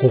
こ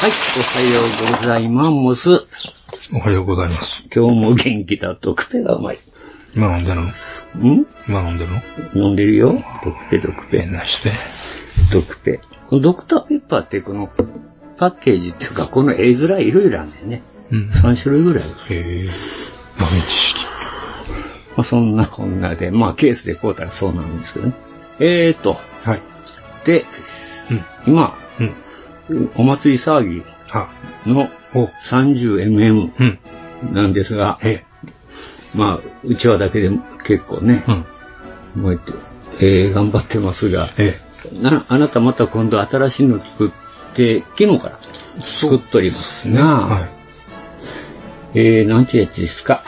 はい、おはようございます。おはようございます今日も元気だ。特ペがうまい。今飲んでるのん今飲んでるの飲んでるよ。特ペ、特ペ、なして特ペ。このドクターペッパーってこのパッケージっていうか、この絵面いろいろあんだよね。うん3種類ぐらいある。へえ豆知識まあ、そんなこんなで、まあケースでこうたらそうなんですけどね。えーと、はいで、うん今、うんお祭り騒ぎあのお 30mm うんなんですが、へえまあ、うちわだけでも結構ね、うん燃えて、えー頑張ってますが、へえなあなたまた今度新しいの作って、昨日から作っておりますねなあ、はいえー、なんちゅうやつですか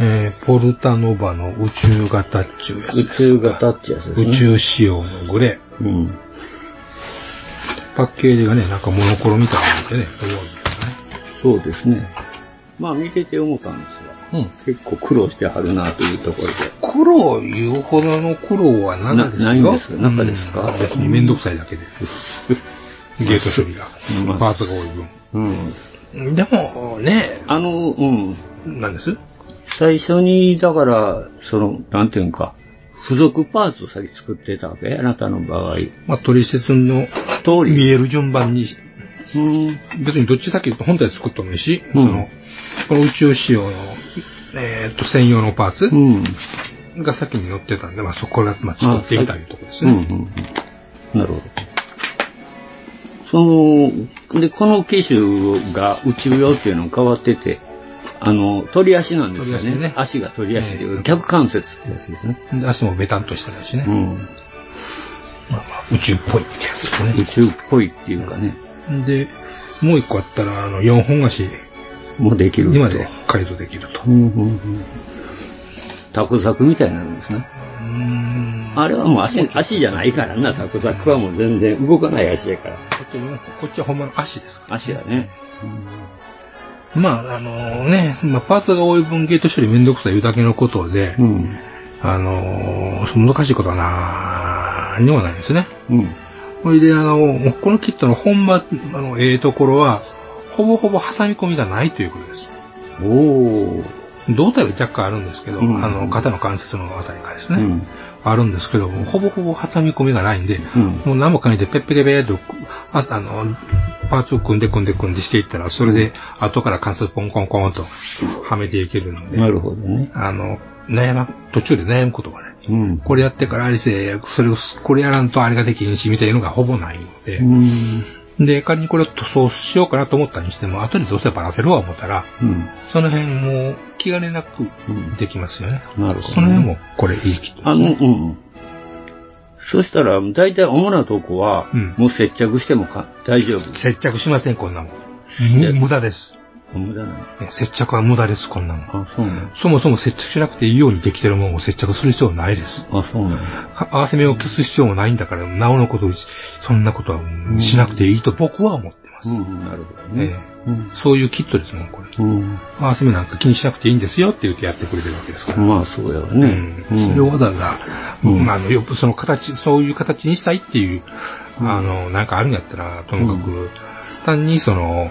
えー、ポルタノバの宇宙型っちゅうやつ宇です宙型ってやつですね。宇。宙仕様のグレーうん。パッケージがね、なんかモノクロみたいなんでね、多いそうですね。まあ見てて思ったんですが、んですね。結構苦労してはるなというところで。黒いうほどの黒はなかですよ。なないんです中ですかうん別にめんどくさいだけで。 ゲート処理がう。んパーツが多いうん。分。でも、ね、あの、うん。なんです最初に、だから、その、なんていうんか、付属パーツを先作ってたわけあなたの場合。まあ、取説の通見り。える順番に、うん。別にどっち先本体作ってもいいし、うんその、この宇宙仕様の、えーっと、専用のパーツうん。が先に載ってたんで、まあ、そこから、まあ、作ってみたいうところですうんうね。んうん。なるほど。その、で、この機種が宇宙用っていうのも変わってて、あの、取り足なんですよ取りね。足ね足が取り足で、ええ逆関節ってやつですね。で足もベタンとしてないしね。うん。まあまあ、宇宙っぽいってやつですね。宇宙っぽいっていうかね、で、もう一個あったら、あの、4本足もうできると。にまで改造できると。うんうんうん。タコザクみたいになるんですね。うんあれはもう足、足じゃないからな、タコザクはもう全然動かない足やから。こっちの、こっちはほんまの足ですか足がね。ら。まあ、あのね、まあ、パーツが多い分ゲート処理めんどくさいいうだけのことで、うん。あのー難しいことはなーにもないですね。うん。ほいで、あの、このキットの本場、あの、ええところは、ほぼほぼ挟み込みがないということです。おー。胴体は若干あるんですけど、うんあの、肩の関節のあたりがですうね、ん。あるんですけども、ほぼほぼ挟み込みがないんで、うん。もう何もかにてペッペレペーと、ああの、パーツを組んで組んで組んでしていったら、それで後から関節ポンコンコンとはめていけるので、なるほどね。あの、悩ま、途中で悩むことがない。うん。これやってからあれせ、それを、これやらんとあれができんし、みたいのがほぼないので、うん。で、仮にこれを塗装しようかなと思ったにしても、後でどうせバラせるわ思ったら、うん。その辺も気兼ねなくうんできますよね。なるほどね。その辺も、これいいキットあですの、ね。うん。そしたら、大体主なとこはうん、もう接着してもか大丈夫。接着しません、こんなもん。でむ無駄です。無駄ない。ね接着は無駄です、こんなもん。あ、そうなんそもそも接着しなくていいようにできてるものを接着する必要はないです。あ、そうなんは合わせ目を消す必要もないんだから、なおのこと、そんなことはうんしなくていいと僕は思ってます。うん、なるほどえね。うんえ。そういうキットですもん、これ。うん。合わせ目なんか気にしなくていいんですよって言ってやってくれてるわけですから。まあ、そうやわうねん。うんそれをわざわざ、うんまああの、よくその形、そういう形にしたいっていう、あの、なんかあるんやったら、ともかく、単にその、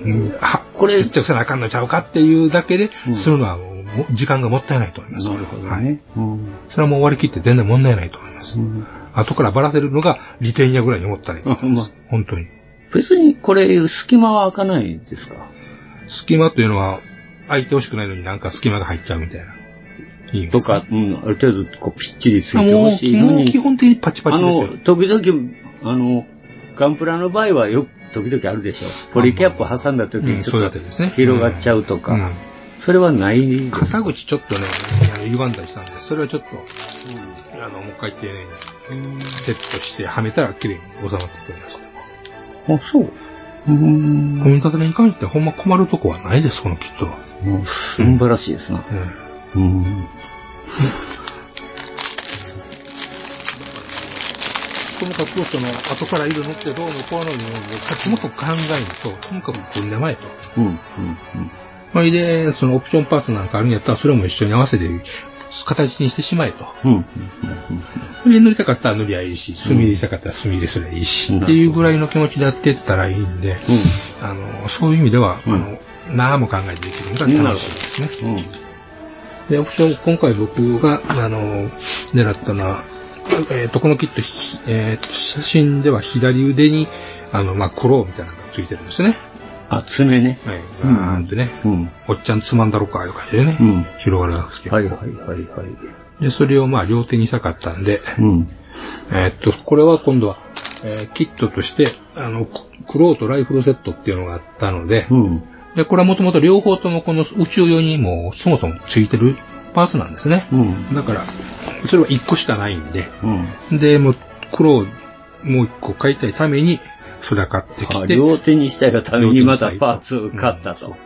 うんは、ここれれ、接着せなあかんのちゃうかっていうだけでうん、するのは、もう時間がもったいないと思います。なるほどはい。ね。うんそれはもう終わり切って全然問題ないと思います。うん後からばらせるのが、利点やぐらいに思ったらいいと思いまあす。本当に。別にこれ、隙間は開かないんですか隙間というのは、空いてほしくないのになんか隙間が入っちゃうみたいな。いいんでとすねか、うん、ある程度、こう、ぴっちりついあてほもう、しいのもうに基。本的にパチパあチですよの、。時々、あの、ガンプラの場合はよく、時々あるでしょ。ポリキャップ挟んだ時うにん、ちそうょだっってとですね。広がっちゃうとか、うんそれはない。肩口ちょっとね、歪んだりしたんで、それはちょっと、あの、もう一回丁寧にセットしてはめたら綺麗に収まってくれました。あ、そう。うーん。組み立てに関してほんま困るとこはないです、このキットは。もう素晴らしいですな。うんうん。ともかくその後から色塗ってどうのこうのいうのをもっと考えると、ともかく組んでまえと。うん。うん。まあ、いで、そのオプションパーツなんかあるんやったらそれも一緒に合わせて形にしてしまえと。うん。うん。うん。それで塗りたかったら塗りゃいいし、墨入れたかったら墨入れすりゃいいし、っていうぐらいの気持ちでやってったらいいんで、あの、そういう意味では、うんあの、何も考えてできるのが楽しいですね。うん。うん。で、オプション、今回僕が、あの、狙ったのは、えっ、と、このキット、ひえーと写真では左腕に、あの、まあ、クローみたいなのがついてるんですね。あ、爪ね。はい。うんガーンとね、うん。おっちゃんつまんだろか、いう感じでね、うん広がるんですけど。はいはいはいはい。で、それをまあ、両手にしたかったんで、うん。えーっと、これは今度は、えーキットとして、あの、ククローとライフルセットっていうのがあったので、うん。で、これはもともと両方ともこの宇宙用にもうそもそもついてるパーツなんですね。うん。だから、それは1個しかないんで、うん。で、もう、クローもう1個買いたいために、それは買ってあきて、で、こ両手にしたいがためにまたパーツを買ったと。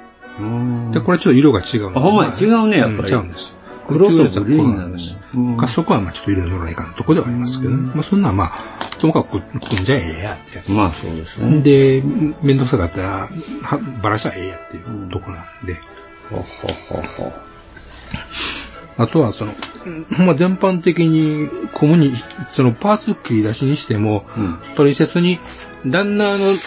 うんれはちょっと色が違うんであほんまや違うねやっぱりん違うんです。黒とグリーン宇宙のやつはこうななんのですね。。うんかそこはまあちょっと色塗らないかんとこではありますけどね。まあそんなんまあ、ともかく組んじゃええやって。まあそうですね。で、面倒くさかったら、はばらしゃええやっていうとこなんで。ほほほほ。あとは、その、うんまあ、全般的に、コムに、そのパーツ切り出しにしても、うん。取説に、ランナーの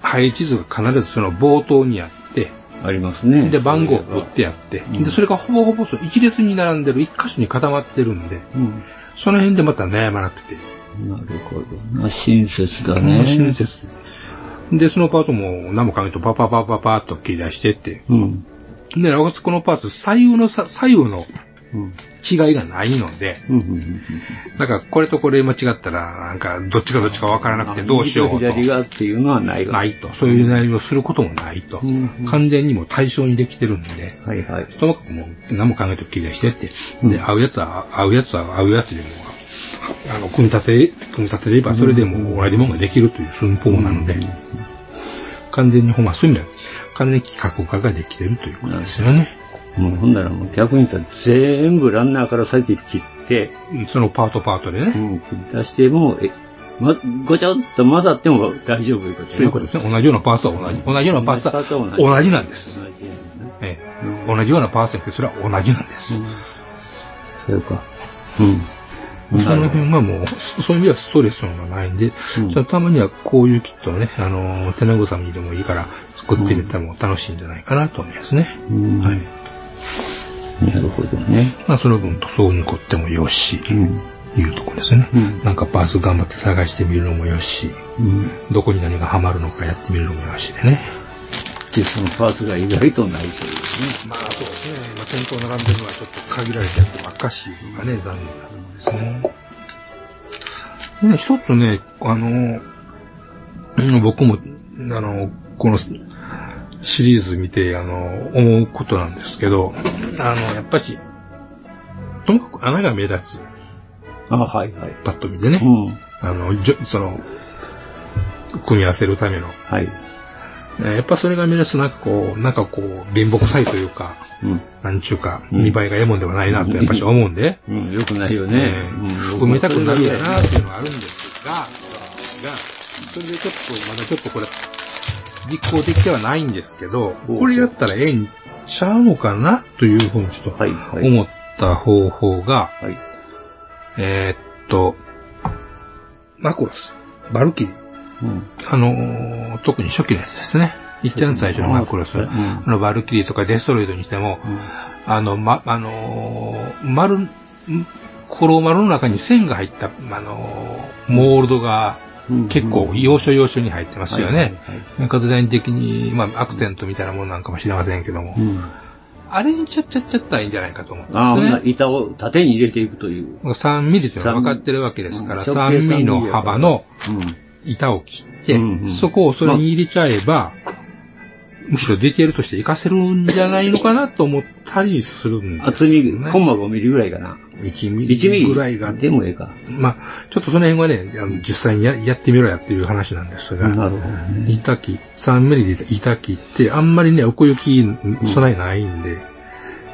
配置図が必ずその冒頭にあって、ありますね。で、番号を打ってあって、うんで、それがほぼほぼそう一列に並んでる、一箇所に固まってるんで、うん。その辺でまた悩まなくて、なるほどな。親切だね。親切です。で、そのパーツも何もかめとパパパパパーっと切り出してって、うん。で、なおかつこのパーツ、左右のさ、左右のうん。違いがないので、うん。うん。なんかこれとこれ間違ったら、なんかどっちがどっちかわからなくてどうしよう右と。と左がっていうのはないわないと。そういう悩みをすることもないとう。ん完全にもう対象にできてるんで、はいはい。ともかくもう何も考えて切り出してって、うんで、合うやつは、合うやつは合うやつでも、あの、組み立て、組み立てればそれでも同じものができるという寸法なので、完全にほんま、そういう意味では、完全に企画化ができてるということですよね。もうほんならもう逆に言ったら全部ランナーから先切って、うんそのパートパートでね。うん、切り出しても、え、ま、ごちゃっと混ざっても大丈夫いうことそういうことですね。ね。同じようなパーツは同じ。同じようなパーツは同じなんです。同じやんなええ、同じようなパーツやけど、それは同じなんです。そうか。うん。その辺はもう、そそういう意味ではストレスのがないんで、うんそのたまにはこういうキットをね、あの、手なぐさみでもいいから作ってみたらもう楽しいんじゃないかなと思いますね。うんはい。なるほどね。まあ、その分塗装に凝ってもよし、うん。いうとこですね。うんなんかパーツ頑張って探してみるのもよし、うん。どこに何がハマるのかやってみるのもよしでね。で、そのパーツが意外とないというね。まあ、そうですね。今、店頭並んでるのはちょっと限られたやつばっかしいうのがね、残念なところですね。でね、一つね、あの、うん僕も、あの、このシリーズ見て、あの、思うことなんですけど、あの、やっぱし、ともかく穴が目立つ、あ、はいはい。パッと見てね、うん。あの、じょその、組み合わせるための、はい。えーやっぱそれが目立つ、なんかこう、なんかこう、貧乏くさいというか、うん。なんちゅうか、うん見栄えがええもんではないなと、やっぱし思うんで、うん、よくないよね。ねうん埋めたくなるよなっていうのはあるんですが、が、それでちょっと、まだちょっとこれ、実行できてはないんですけど、おうこれやったらええんちゃうのかなというふうにちょっとはいはい。思った方法が、はい。えーっと、マクロス、バルキリー、うん。あのー特に初期のやつですね。一番最初のマクロス、うんあのバルキリーとかデストロイドにしても、あの、ま、あのー丸、ん黒丸の中に線が入った、あのーモールドがうん結構要所要所に入ってますよね。。はいはいはいなんかデザイン的に、まあ、アクセントみたいなものなんかもしれませんけども、うん。あれにちゃっちゃっちゃったらいいんじゃないかと思うんでああ、ほんすならね。板を縦に入れていくという。 3ミリというのは分かってるわけですから、うん3ミリの幅のうん。板を切って、うんうんそこをそれに入れちゃえば、むしろディテールとして活かせるんじゃないのかなと思ったりするんです厚よみ、ね。コンマ5ミリぐらいかな。 1 1ミミリリぐらいが、でもええか。まあ、ちょっとその辺はね、あの実際にややってみろやっていう話なんですなるが、ほどね。板切、3ミリで板切って、あんまりね、奥行き備えないんで、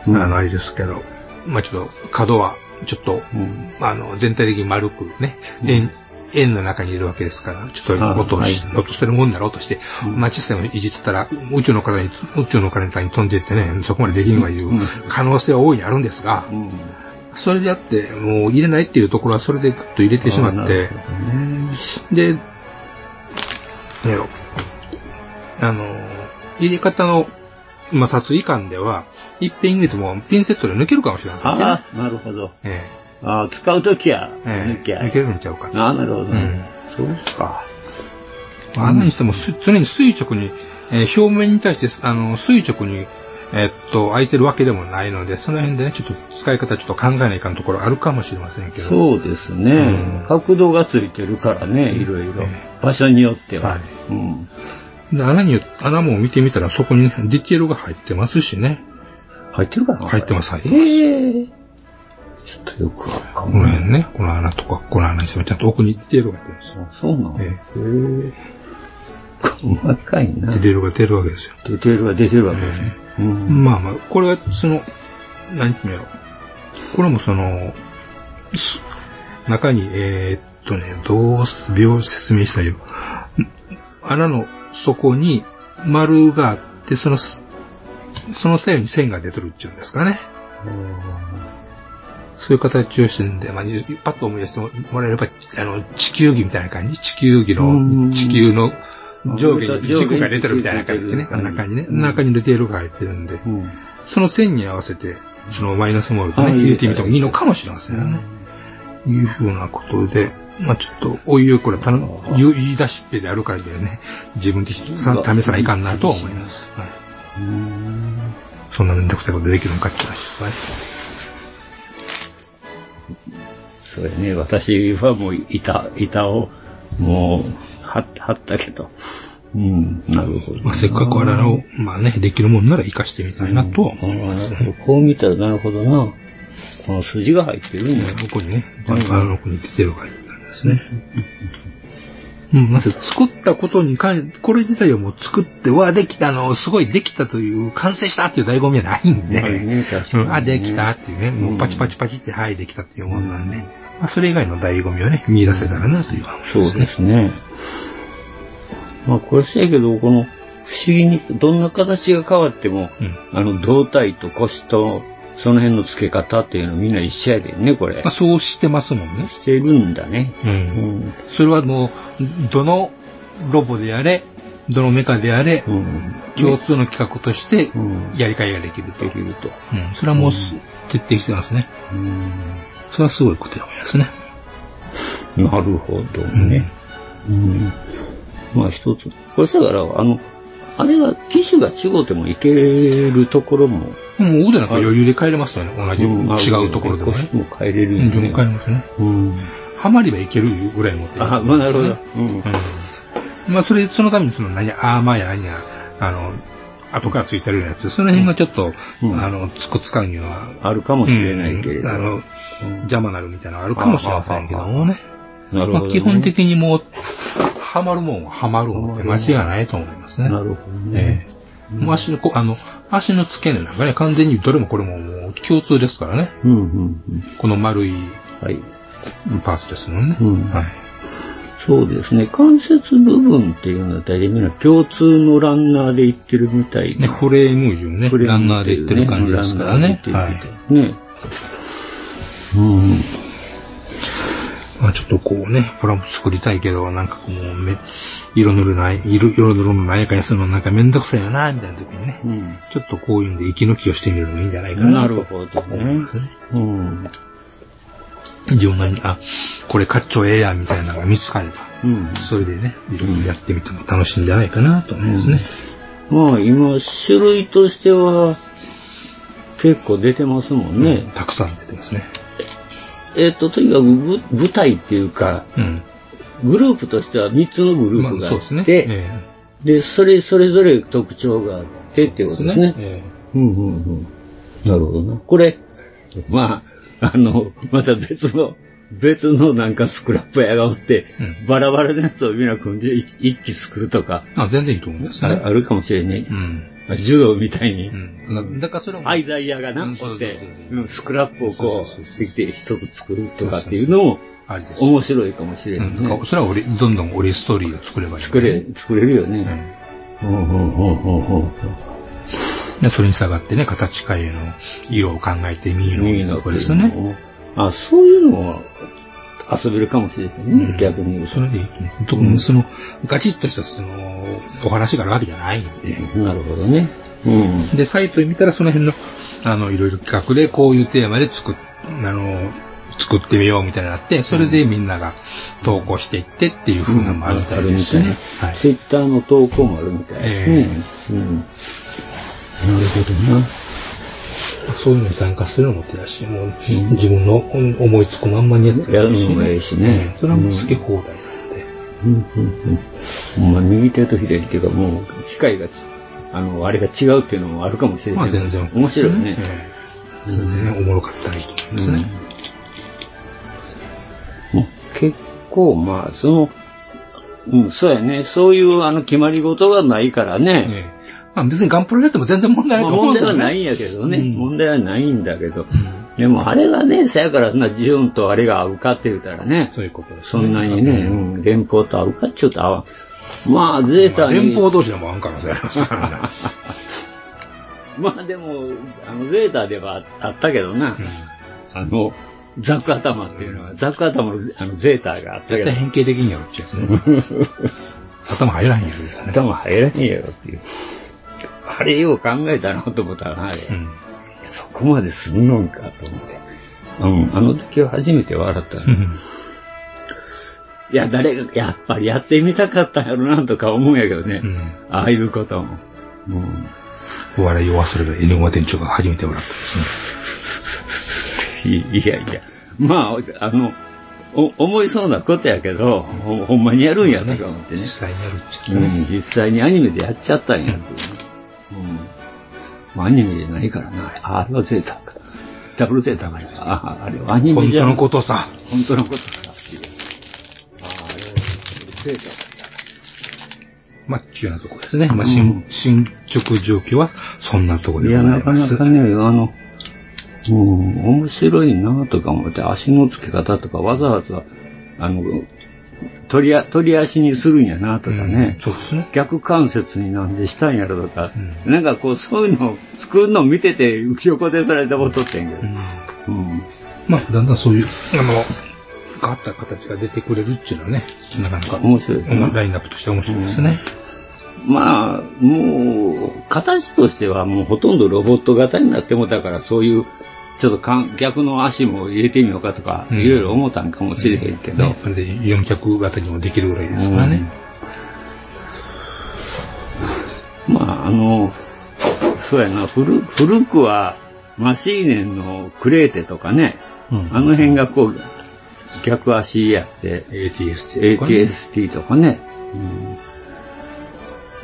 うんあの、あれですけど、まあちょっと角は、ちょっと、うんあの、全体的に丸くね、うん円、円の中にいるわけですから、ちょっと落とし、あはい落とせるもんだろうとして、うんまあ、システムいじってたら、宇宙の体に、宇宙の体に飛んでいってね、そこまでできんわいううん可能性は大いにあるんですが、うん。それであって、もう入れないっていうところはそれでグッと入れてしまってあ、なるほどねで、ねあの、入れ方の、まあ、殺意感では、一遍入れてもピンセットで抜けるかもしれませんね。ああ、なるほど。えああ、使うときや、ええ抜えきゃ。抜けるんちゃうか。ああ、なるほどね。そうか。まああんなにしてもす常に垂直に、えー表面に対して、あの、垂直に、えーっと、空いてるわけでもないので、その辺でね、ちょっと使い方ちょっと考えないかんところあるかもしれませんけど。そうですね、うん角度がついてるからね、いろいろえ。場所によっては。はいうん。で穴に、穴も見てみたらそこにディテールが入ってますしね。入ってるかな入ってます入ってますええちょっとよくわかこんのない。辺ね、この穴とか、この穴にしてもちゃんと奥にディテールが入ってるんです。あそうなの、えへえ細かいな。ディテールが出るわけですよ。出てるは出てるわけですね。うん。まあまあ、これはその、何て言うんやろ。これもその、す中に、えーっとね、どうす、秒説明したらいいよ。ん穴の底に丸があって、その、すその左右に線が出てるっていうんですかね。そういう形をしてるんで、まあ、ゆパッと思い出してもらえれば、あの、地球儀みたいな感じ地球儀うんの、地球の上下に上下に軸が出てるみたいな感じでね、軸あが出てるんな感じね。うん中にレテールが入ってるんで。うん。その線に合わせて、そのマイナスモールとあね、いい入れてみてもいいのかもしれませんよね。いうふうなことで、まあちょっと、おいおいこれは頼むああ言う言い出しっぺであるからでね、自分で試さ試さないかんなとは思います。はい。うんそんなめんどくさいことできるのかって話ですね。そうやね。私はもう板、板をもう貼っ貼ったけど。うん。なるほど。まあせっかくあれを、まあね、できるもんなら活かしてみたいなとは思いますね。うんこう見たらなるほどな。この筋が入ってるんや。ここにね、バンカーの奥に出てる感じなんですね。うん、まず作ったことに関しこれ自体をもう作って、わ、できたの、すごいできたという、完成したっていう醍醐味はないんで、はいね確かにねうんあ、できたっていうね、もうパチパチパチって、はい、できたっていうものなんで、まあ、それ以外の醍醐味をね、見出せたらなという思いますそうね。ですね。まあこれせやけど、この不思議にどんな形が変わっても、うんあの胴体と腰とその辺の付け方っていうのみんな一緒やでね、これまあ、。そうしてますもんね。してるんだね。う。うんん。それはもう、どのロボであれ、どのメカであれ、うん。共通の企画としてう、ん。やり替えができるとで。きると。うん、それはもうす徹底してますね。うん。それはすごいことや思いますね。なるほどね。うん。まあ一つ。これせやから、あの、あれが、機種が違うてもいけるところも、もう腕なんか余裕で帰れますよね。同じ、違うところでもね腰。も変えれうるん、よでねも帰。れますね。うん。ハマればいけるぐらい持ってるあ、まあなるほど。うんうん。まあ、それ、そのためにその何や、アーマーや何や、あの、後からついてるようなやつ、その辺がちょっと、うんあの、つく使うには、あるかもしれないけれど。うんあの、うん邪魔なるみたいなのあるかもしれませんけどもね。なるほど、まあ、ね。基本的にもう、ハマるもんはハマるもんで間違いないと思いますね。なるほどえね。え。もう足のこ、あの、足の付け根なんかね、完全にどれもこれももう共通ですからね。うんうんうん。この丸いはい。パーツですもんね。うんはい。そうですね。関節部分っていうのは大体みんな共通のランナーで行ってるみたいで、で。フレームいうね、フレーランムナーでいってる感じですからね。ランナはーでい行って。るみたいね。うん。まあちょっとこうね、プラも作りたいけど、なんかこうもうめ、色塗るない、色、色塗るのないかにするのなんかめんどくさいよな、みたいな時にね。うん。ちょっとこういうんで息抜きをしてみるのもいいんじゃないかな。なるほどね。うん。自分が、あ、これ買っちょええやん、みたいなのが見つかれば。うん。それでね、いろいろやってみても楽しいんじゃないかなと思いますね。まあ今、種類としては結構出てますもんね。たくさん出てますね。えっと、とにかくぶ舞台っていうか、うん。グループとしては3つのグルまあープがそあうですねっ。て、えで、それ、それぞれ特徴があってっていうことですね。えうんうんうん。なるほどな。これ、まあ、あの、また別の、別のなんかスクラップ屋がおって、うバラバラのやつをみんな組んで一一気作るとか、えあ、全然いいと思うんですあねあ。るかもしれんねう。ん。柔道みたいにう、ん。だからそれは、アイザイヤがなうんんかおっそうそうそてう、そううんスクラップをこそうそうそうそうう、できて一つ作るとかっていうのもありです。面白いかもしれうなんいだからね。それは俺、どんどん俺ストーリーを作ればいい。作れ、作れるよね。うんうんうんうんうんで、それに従ってね、形変えの色を考えてみ右るののこれですよね。あ、そういうのも遊べるかもしれないね、うん逆に言うとそれでいいと思う。特にその、ガチッとしたその、お話があるわけじゃないんで。なるほどね。うん。で、サイトで見たらその辺の、あの、いろいろ企画でこういうテーマで作っ、あの、作ってみようみたいなのがあって、それでみんなが投稿していってっていう風なのもあるみたいですね。はい。ツイッターの投稿もあるみたいですね。うん。なるほどな。そういうのに参加するのも手だし、もう自分の思いつくまんまにやってもいいしやるのもいいしねうんそれはもう好き放題なんで。うんうんうん。まあ、右手と左手がもう、機械が、あの、あれが違うっていうのもあるかもしれまなあい。全然面白いね。ええそれでね、おもろかったらいいと思うんですね。うんまあ結構、まあ、その、うん、そうやね。そういう、あの、決まり事がないからね。ええまあ別にガンプロやっても全然問題ないまあ、と思うん問です題よはね。ないんやけどね。うん問題はないんだけど。でも、あれがね、さやから、な、ジュンとあれが合うかって言うたらね。そういうことですそんなにね、う。ん、連邦と合うかっちゅうと合わん。まあ、ゼーまあタに。連邦同士でもあん可能 性ありますからね。まあでも、あの、ゼータではあったけどな。あの、ザク頭っていうのは、ザク頭のあのゼータがあったけ絶ど対、変形的にやるっちゃうやつね。頭入らへんやつですね。頭入らへんやろっていう。あれよう考えたなと思ったな、あれ。うん。そこまですんのんかと思って。うん、あの時は初めて笑ったな。いや、誰が、やっぱりやってみたかったんやろなとか思うんやけどね。うんああいうことも。うんお笑いを忘れるエヌマ店長が初めて笑ったんですね。いいやいや、まあ、あの、お思いそうなことやけど、ほほんまにやるんやとか思ってね実。際にやるっちゃううね。ん、実際にアニメでやっちゃったんやっていうね。うん。まあ、アニメじゃないからな。ああれはゼータか。ダブルゼータか。ああ、あれはアニメ本じゃ当なのい。本ことさ。当のことだっていう。ああ、あれはダブルゼータか。まあ、急なとこですね。まあ、進進捗状況はそんなとこでいごや、ざないかまなす。かね、あの、うん、面白いなとか思って、足の付け方とかわざわざ、あの、取りあ、取り足にするんやなとかね、うんそうですね。逆関節になんでしたんやろとか、うなんかこう、そういうのを作るのを見てて、横でそれで踊ってんけどう。んうん。まあ、だんだんそういう、あの、変わった形が出てくれるっていうのはね、なかなか、面白いですねうんラインナップとして面白いですね。まあ、もう、形としてはもうほとんどロボット型になっても、だからそういう、ちょっとかん逆の足も入れてみようかとか、うんいろいろ思ったんかもしれへんけど、ねそれで4脚型にもできるぐらいですからね。まあ、あの、そうやな、古古くはマシーネンのクレーテとかね、うんあの辺がこう、逆足やって、 ATS とかね ATST とかね、うん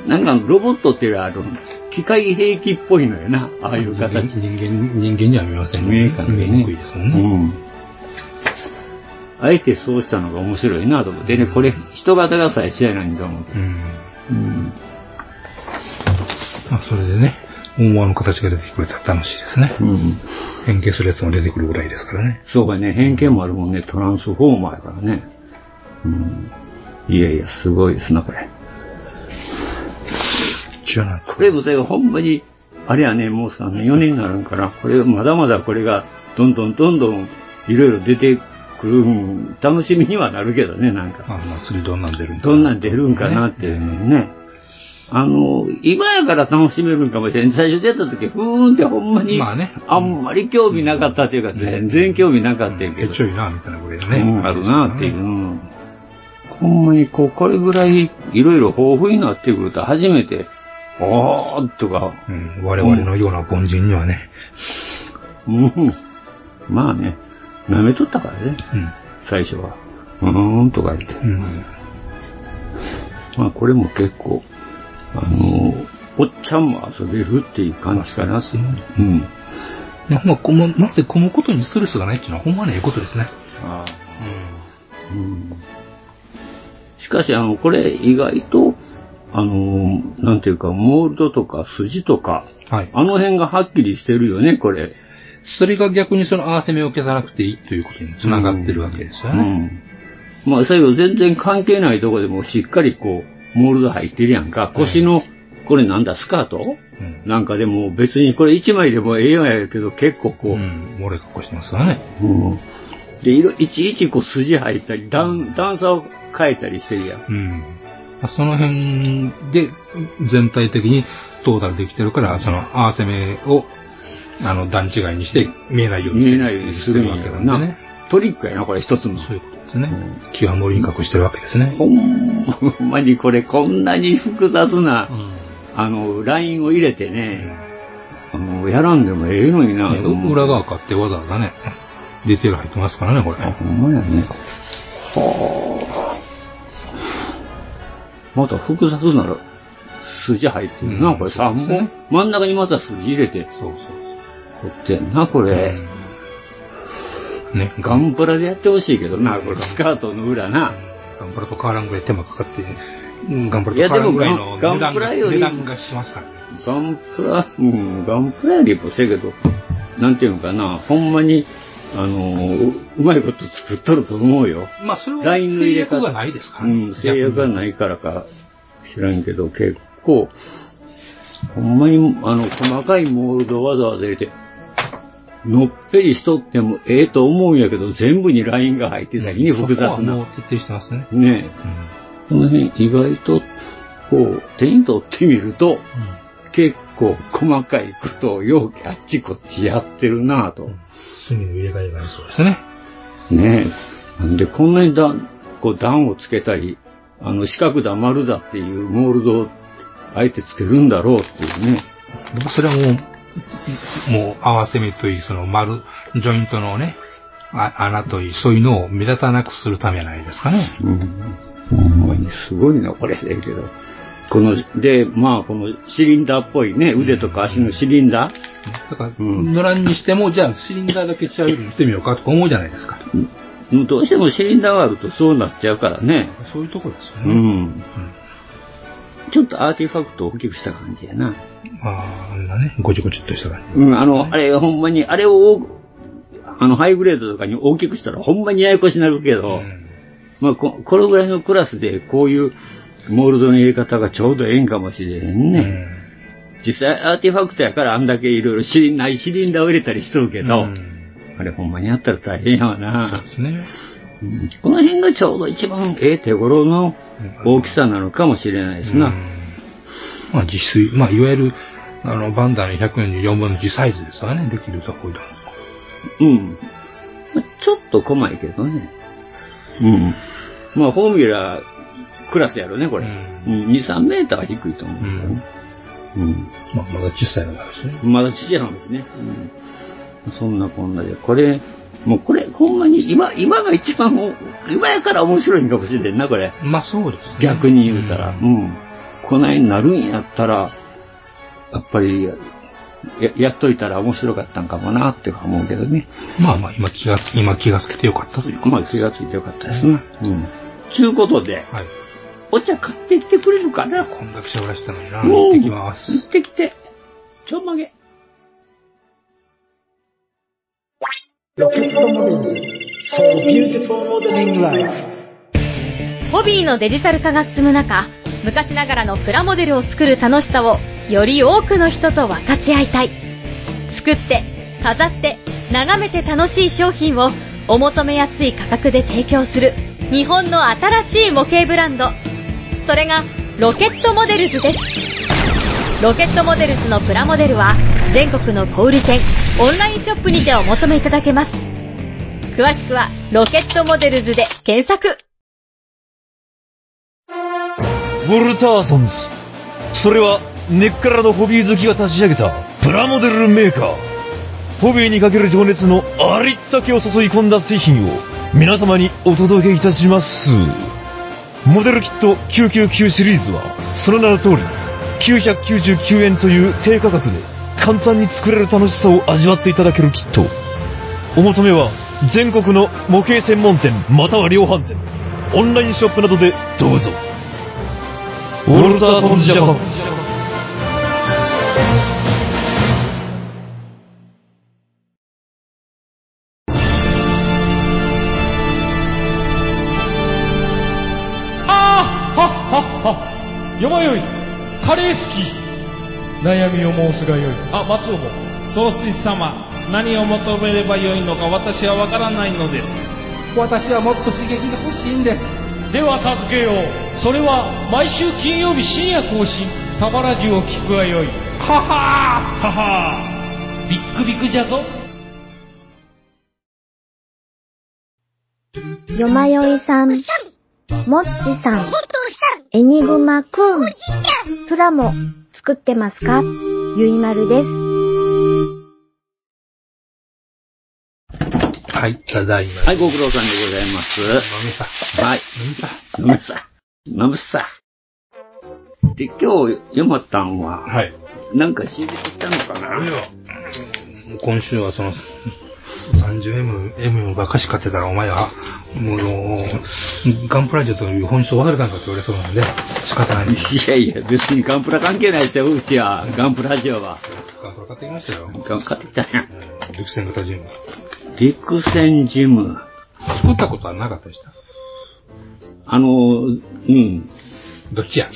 なんかロボットっていうよりはあの、機械兵器っぽいのよな、ああいう形。人間、人間には見えません見えない見えにくいですもんね。うんあえてそうしたのが面白いなと思って、でね、これ人型がさえ知らないんだと思ってう。ん。まあ、それでね、思わぬ形が出てくれたら楽しいですね。うん変形するやつも出てくるぐらいですからね。そうかね、偏見もあるもんね、トランスフォーマーやからね。うん。いやいや、すごいですな、これ。違うな。これもさ、ほんまに、あれやね、もうさ、4年になるんかな。これ、まだまだこれが、どんどんどんどん、いろいろ出てくる、うん楽しみにはなるけどね、なんか。まあ、祭りどんなん出るんかどんなん出るんかなっていうのね。あの、今やから楽しめるんかもしれん。最初出た時、ふーんってほんまに、まあねあんまり興味なかったっていうか、全然興味なかったけど。えちょいな、みたいなぐらいのね。うんあるなっていう。うんほんまにこう、これぐらいいろいろ豊富になってくると初めて、おーっとか、うん。我々のような凡人にはね。うん。まあね、舐めとったからね、うん。最初は。うーんとか言って。うん。まあこれも結構、あの、おっちゃんも遊べるっていう感じかなって。うん。いやほんまこも、まず込むことにストレスがないっていうのはほんまにええことですね。あううんしかし、あの、これ意外と、あの、なんていうか、モールドとか筋とか、ん。はい。あの辺がはっきりしてるよね、これ。それが逆にその合わせ目を消さなくていいということにつながってるわけですよね。うん。まあ、最後全然関係ないとこでもしっかりこう、モールド入ってるやんか。腰の、これなんだ、スカートうん。なんかでも別にこれ1枚でもええようやけど、結構こう、うん。漏れ隠してますわね。うんで、いろ、いちいちこう筋入ったり、段、段差を変えたりしてるやん。うん。まあその辺で全体的にトータルできてるから、その合わせ目を、あの、段違いにして見えないように見えないようにするんわやけけなどんでな。ね。トリックやな、これ一つの。そういうことですね。際盛りに隠してるわけですね。ほんまにこれこんなに複雑な、あの、ラインを入れてね、あの、やらんでもええのにな、とうん思う裏側買ってわざわざね、ディテール入ってますからね、これ。あ、ほんまやね。はあ。また複雑なら、筋入ってるな、うんこれ3そうです本ね。真ん中にまた筋入れて、そうそうそ凝ってんな、こう。れ。うんね、ガンプラでやってほしいけどな、これスカートの裏な。ガンプラと変わらんぐらい手間かかって、うんガンプラいやと変わらんぐらいでのも値ガン段ガンプがラより値段がしますからね。ガンプラ、うん、ガンプラよりもせやけど、なんていうのかな、ほんまに、あの、ううまいこと作っとると思うよ。まあ、それはラインの制入れ方約がないですからうね。ん、制約がい。ないからか知らんけど、結構、ほんまに、あの、細かいモールドをわざわざ入れて、のっぺりしとってもええと思うんやけど、全部にラインが入ってたりね、複雑そこはもなう。徹底してますね。うねえんこの辺意外と、こう、手に取ってみると、結構細かいことをよくあっちこっちやってるなぁとうん。隅の入れ替えがありそうですね。ねえ。なんでこんなにだこう段をつけたり、あの四角だ丸だっていうモールドをあえてつけるんだろうっていうね。それはもう、もう合わせ目といい、その丸、ジョイントのね、あ穴といい、そういうのを目立たなくするためじゃないですかね。うん。ほんまにすごいな、これ。だけど。この、で、まあ、このシリンダーっぽいね、腕とか足のシリンダー。だから、うん野良にしても、じゃあシリンダーだけ違うように見てみようかとか思うじゃないですか。うんどうしてもシリンダーがあるとそうなっちゃうからね。そういうとこですようね。ん。うんちょっとアーティファクトを大きくした感じやな。まあ、あんなね、ごちょごちょっとした感うん、あの、あれ、ほんまに、あれを大、あの、ハイグレードとかに大きくしたら、ほんまにややこしになるけじ。ど、うんまあこ、このぐらいのクラスで、こういうモールドの入れ方がちょうどええんかもしれへんね。実際、アーティファクトやから、あんだけいろいろシリン、ないシリンダーを入れたりしとるけうんど、うんあれ、ほんまにあったら大変やわな。ですね。うんこの辺がちょうど一番ええ手頃の大きさなのかもしれないですな。うんまあ自炊、まあいわゆる、あの、バンダーの144分の1サイズですわね、できるとこういうのもうん。まあちょっと細いけどね。うん。まあ、フォーミュラクラスやろね、これ。ううん、2、3メーターは低いと思うけどね。うん。まあまだ小さいのがあるしね。まだちっちゃなんですね。うん。そんなこんなで、これ、もうこれ、ほんまに今、今が一番お、今やから面白いんかもしれんな、これ。まあそうですね。逆に言うたら。んうん。こないになるんやったら、やっぱりや、ややっといたら面白かったんかもな、って思うけどね。まあまあ今気が、今気がつけてよかったという。まあ気がついてよかったですね。うん。ちゅうことで、はい。お茶買ってきてくれるかなこんだけ喋らせたのにな。うん行ってきます。行ってきて。ちょんまげ。ホビーのデジタル化が進む中、昔ながらのプラモデルを作る楽しさをより多くの人と分かち合いたい。作って、飾って、眺めて楽しい商品をお求めやすい価格で提供する日本の新しい模型ブランド。それがロケットモデルズです。ロケットモデルズのプラモデルは全国の小売店、オンラインショップにてお求めいただけます。詳しくはロケットモデルズで検索。ウォルターソンズ。それは、根っからのホビー好きが立ち上げた、プラモデルメーカー。ホビーにかける情熱のありったけを注い込んだ製品を、皆様にお届けいたします。モデルキット999シリーズは、その名の通り、 999円という低価格で簡単に作れる楽しさを味わっていただけるキットお求めは全国の模型専門店または量販店オンラインショップなどでどうぞウォルターソンズジャパンああはっはっはよまよいカレー好き悩みを申すがよいあ松尾も総帥様何を求めればよいのか私は分からないのです私はもっと刺激が欲しいんですでは助けようそれは毎週金曜日深夜更新サバラジュを聞くがよいははははビックビックじゃぞよまよいさん、もっちさん、エニグマくん、プラも作ってますかゆいまるです。はい、ただいま。はい、ご苦労さんでございます。飲みさ、はい。飲みさ。飲むさ。飲むさ。で、今日、ヨマたんは、はい。なんか仕入れてきたのかな今週はその、30M、M ばっかし買ってたら、お前は、もう、ガンプラジオという本質を忘れたんかって言われそうなんで、仕方ない。いやいや、別にガンプラ関係ないですよ、うちは。ガンプラジオは。ガンプラ買ってきましたよ。ガン買ってきたやん。うん陸戦型ジム。陸戦ジム。作ったことはなかったでした。あの、うん。どっちや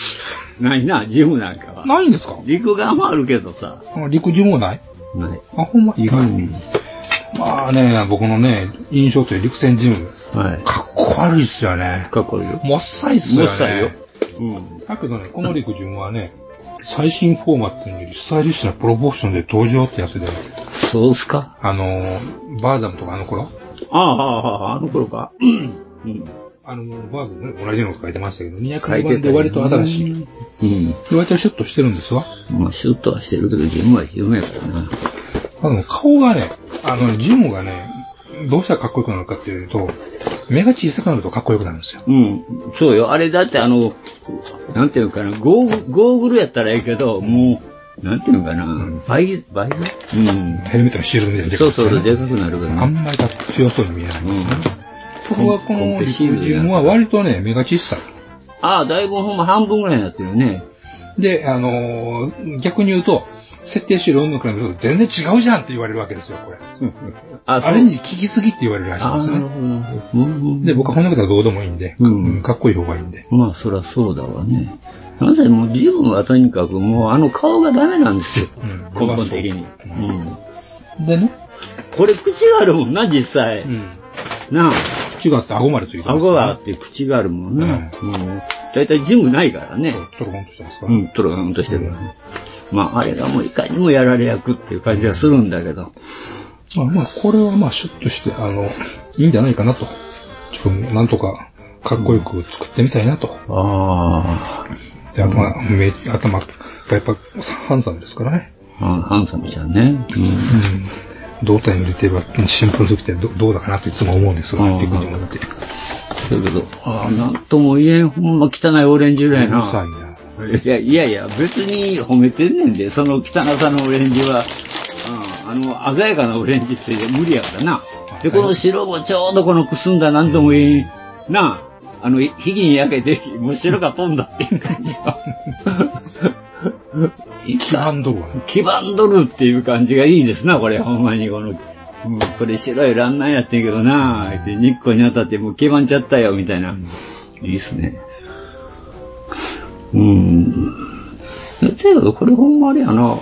ないな、ジムなんかは。ないんですか陸側もあるけどさ。陸ジムはないない。あ、ほんま意外に。ん。まあね、僕のね、印象という陸戦ジム、はい。かっこ悪いっすよね。かっこいいよ。もっさいっすよもね。っさいよ。うん。だけどね、この陸順はね、最新フォーマットによりスタイリッシュなプロポーションで登場ってやつで、そうっすかあのー、バーザムとかあの頃、ああ、ああ、ああの頃か。うん。あのー、バーザムね、同じの書いてましたけど、書い200番てたでよ割と新しい。でうん。割とシュッとしてるんですわ。まあ、シュッとはしてるけど、ジムはジムやからな。あの、顔がね、あの、ジムがね、どうしたらかっこよくなるかっていうと、目が小さくなるとかっこよくなるんですよ。うん、そうよ。あれだってあの、なんていうのかな、ゴーグゴーグルやったらええけど、もう、なんていうのかな、倍、倍増うん。ヘルメットのシールドみたいなそうそうそう、ででかくなるからあんね。まり強そうに見えないんうですんよ。。僕はこの陸順は割とね、目が小さい。ああ、だいぶほんま半分ぐらいになって るね。で、あのー逆に言うと、設定資料の比べると全然違うじゃんって言われるわけですよ、これ。ああそうれに聞きすぎって言われるらしいあんですあ、よなるね。ほどなるほど。うんうんで、僕はこんなことはどうでもいいんで、うんうんかっこいい方がいいんで。まあ、そりゃそうだわね。なぜもう自分はとにかくもうあの顔がダメなんですよ。うん根本的に。うん。でね、これ口があるもんな、実際。うん、なあ。口があって顎までついてます、顎があって口があるもんな。うん。だいたいジムないからね。ちょろんとしてますかうら。ん、トロガンとしてるからね。まあ、あれがもういかにもやられ役っていう感じはするんだけど。まあ、まあ、これはまあ、シュッとして、あの、いいんじゃないかなと。ちょっと、なんとか、かっこよく作ってみたいなと。あで、頭、目、頭、やっぱ、ハンサムですからね。あ。ハンサムちゃんね。うん胴体の入れてば新聞好きってどどうだかなっていつも思うんですが、うん陸上って。うん。だけど、ああ、なんとも言えん、ほんま汚いオレンジぐらいうなる。さいな。いや、いやいや、別に褒めてんねんで、その汚さのオレンジは、うん、あの、鮮やかなオレンジって無理やからな。で、この白もちょうどこのくすんだなんともいい、なあ、あの、ひひげに焼けて、もう白が飛んだっていう感じが。 い基か盤んどるわね。黄ばんどるっていう感じがいいですな、これ、ほんまにこの、うんこれ白いランナーやってんけどなあ、って日光に当たってもう黄ばんちゃったよ、みたいな。いいですね。うん。だけど、これほんまあれやな。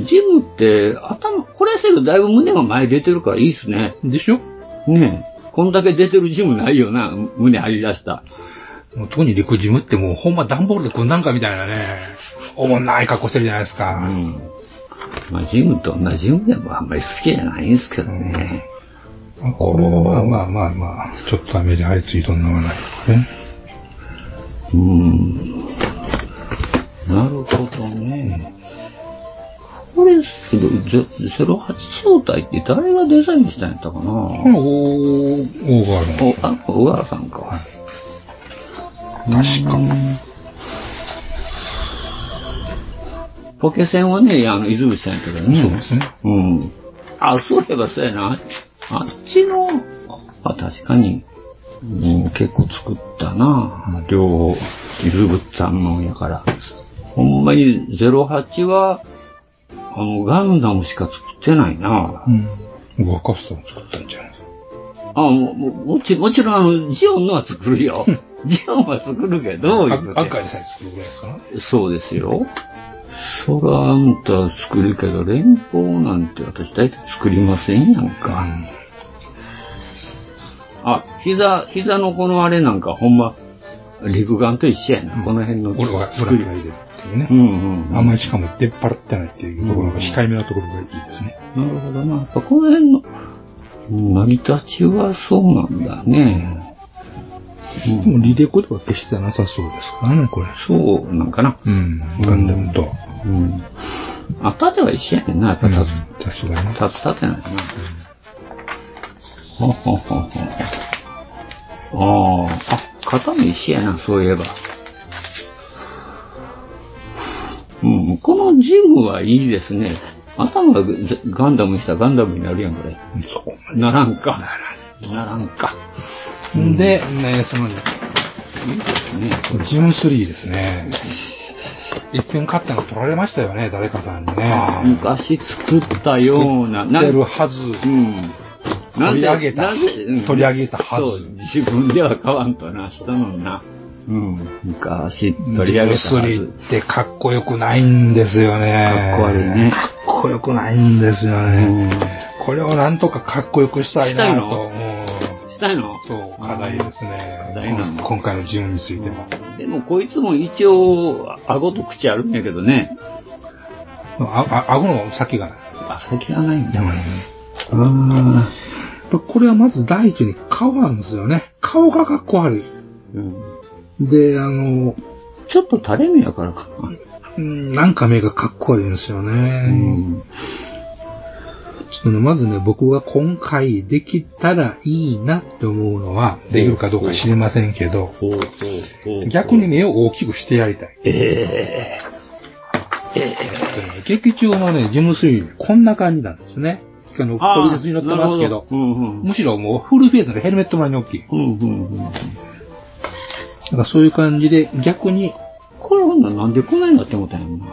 ジムって頭、これやせどだいぶ胸が前出てるからいいっすね。でしょねえ。こんだけ出てるジムないよな、胸張り出した。もう特に陸ジムってもうほんま段ボールでこんなんかみたいなね、おもんない格好してるじゃないですうか。ん。まあ、ジムと同じジムでもあんまり好きじゃないんですけどね。これがまあまあまあまあ、ちょっとアメリカりついとんなわないからね。うーん。なるほどね。これ、ゼ08正体って誰がデザインしたんやったかな、この大大川の。お、あ、小川さんか。確か。ポケセンはね、あの、伊豆口さんやったからね。そうですね。うん。あ、そういえばそうやな。ああっちの、あ、確かに、うん、結構作ったな。両方、伊豆口さんのやから。ほんまに08は、あの、ガンダムしか作ってないな。うん。若さん作ったんじゃないあ、もももちもちろん、あの、ジオンのは作る よ。ジオンは作るけど、言うて赤いさえ作るぐらいですかな。そうですよ。そらあんた作るけど、連邦なんて私大体作りませんやんか。あ、膝、膝のこのあれなんかほんま、陸眼と一緒やな。この辺の俺は作作りりが。いいっていうね。うんうんうん。あんまりしかも出っ張ってないっていうところが控えめなところがいいですね。なるほどな。やっぱこの辺の、成り立ちはそうなんだね。でもリデコとか決してなさそうですからね、これ。そうなんかな。うん。ガンダムと。うん。あ、縦は一緒やねんな。やっぱうん立つ、さすがにね。立つ立てないな。ほうほうほうほう。ああ、あ、型も一緒やな、そういえば。うん、このジムはいいですね。頭がぜガンダムにしたらガンダムになるやん、これ。そこまならんか。ならんか。で。で、ね、その、いいですね、これ。ジム3ですね。一遍買ったの取られましたよね、誰かさんにね。昔作ったような、なやんるはず。うん。な取りん上で、げた。なぜ、うん取り上げたはそう、ず。自分では買わんとな、人のな。うん。昔、取り上げたはジずム。3ってかっこよくないんですよね。かっこ悪いねかっこよくないんですよね。うこれをなんとかかっこよくしたいなと。ん。したいのうんそう、課題ですね。課題なのうん今回のジムについては。でも、こいつも一応、顎と口あるんやけどね。あ、あ、顎の先がない。あ、先がないんだ。ああ。これはまず第一に顔なんですよね。顔がかっこ悪い。うん。で、あの、ちょっと垂れ目やからかな。うんなんか目がかっこ悪いんですよね。うん。ちょっとね、まずね、僕が今回できたらいいなって思うのは、できるかどうか知りませんけど、ほうほうほう逆に。目を大きくしてやりたい。ええ劇中のね、ジムスリー、こんな感じなんですね。あの、ああ飛び出しに乗ってますけなるどほ、うんうん。むしろもうフルフェイスでヘルメット前に大きい。うんうんうん。なんかそういう感じで、逆に、これほんならなんでこないなって思ったんやろな。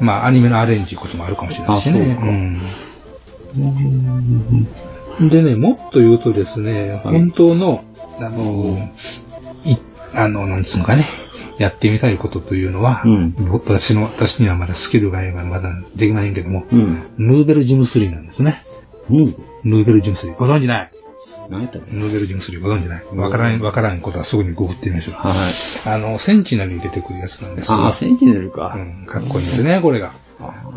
まあ、アニメのアレンジこともあるかもしれないしね。あそうかうんでね、もっと言うとですね、はい本当の、あの、い、あの、なんつうのかね、やってみたいことというのは、うん僕私の、私にはまだスキルがないからまだできないんやけども、うん。ヌーベルジム3なんですね。うん。ヌーベルジム3。ご存知ない何やったっけヌーベルジム3ご存知ないわからん、わからんことはすぐにググってみましょう。はい。あの、センチナルに出てくるやつなんですああ、が、センチネルかう。ん、かっこいいんですね、これが。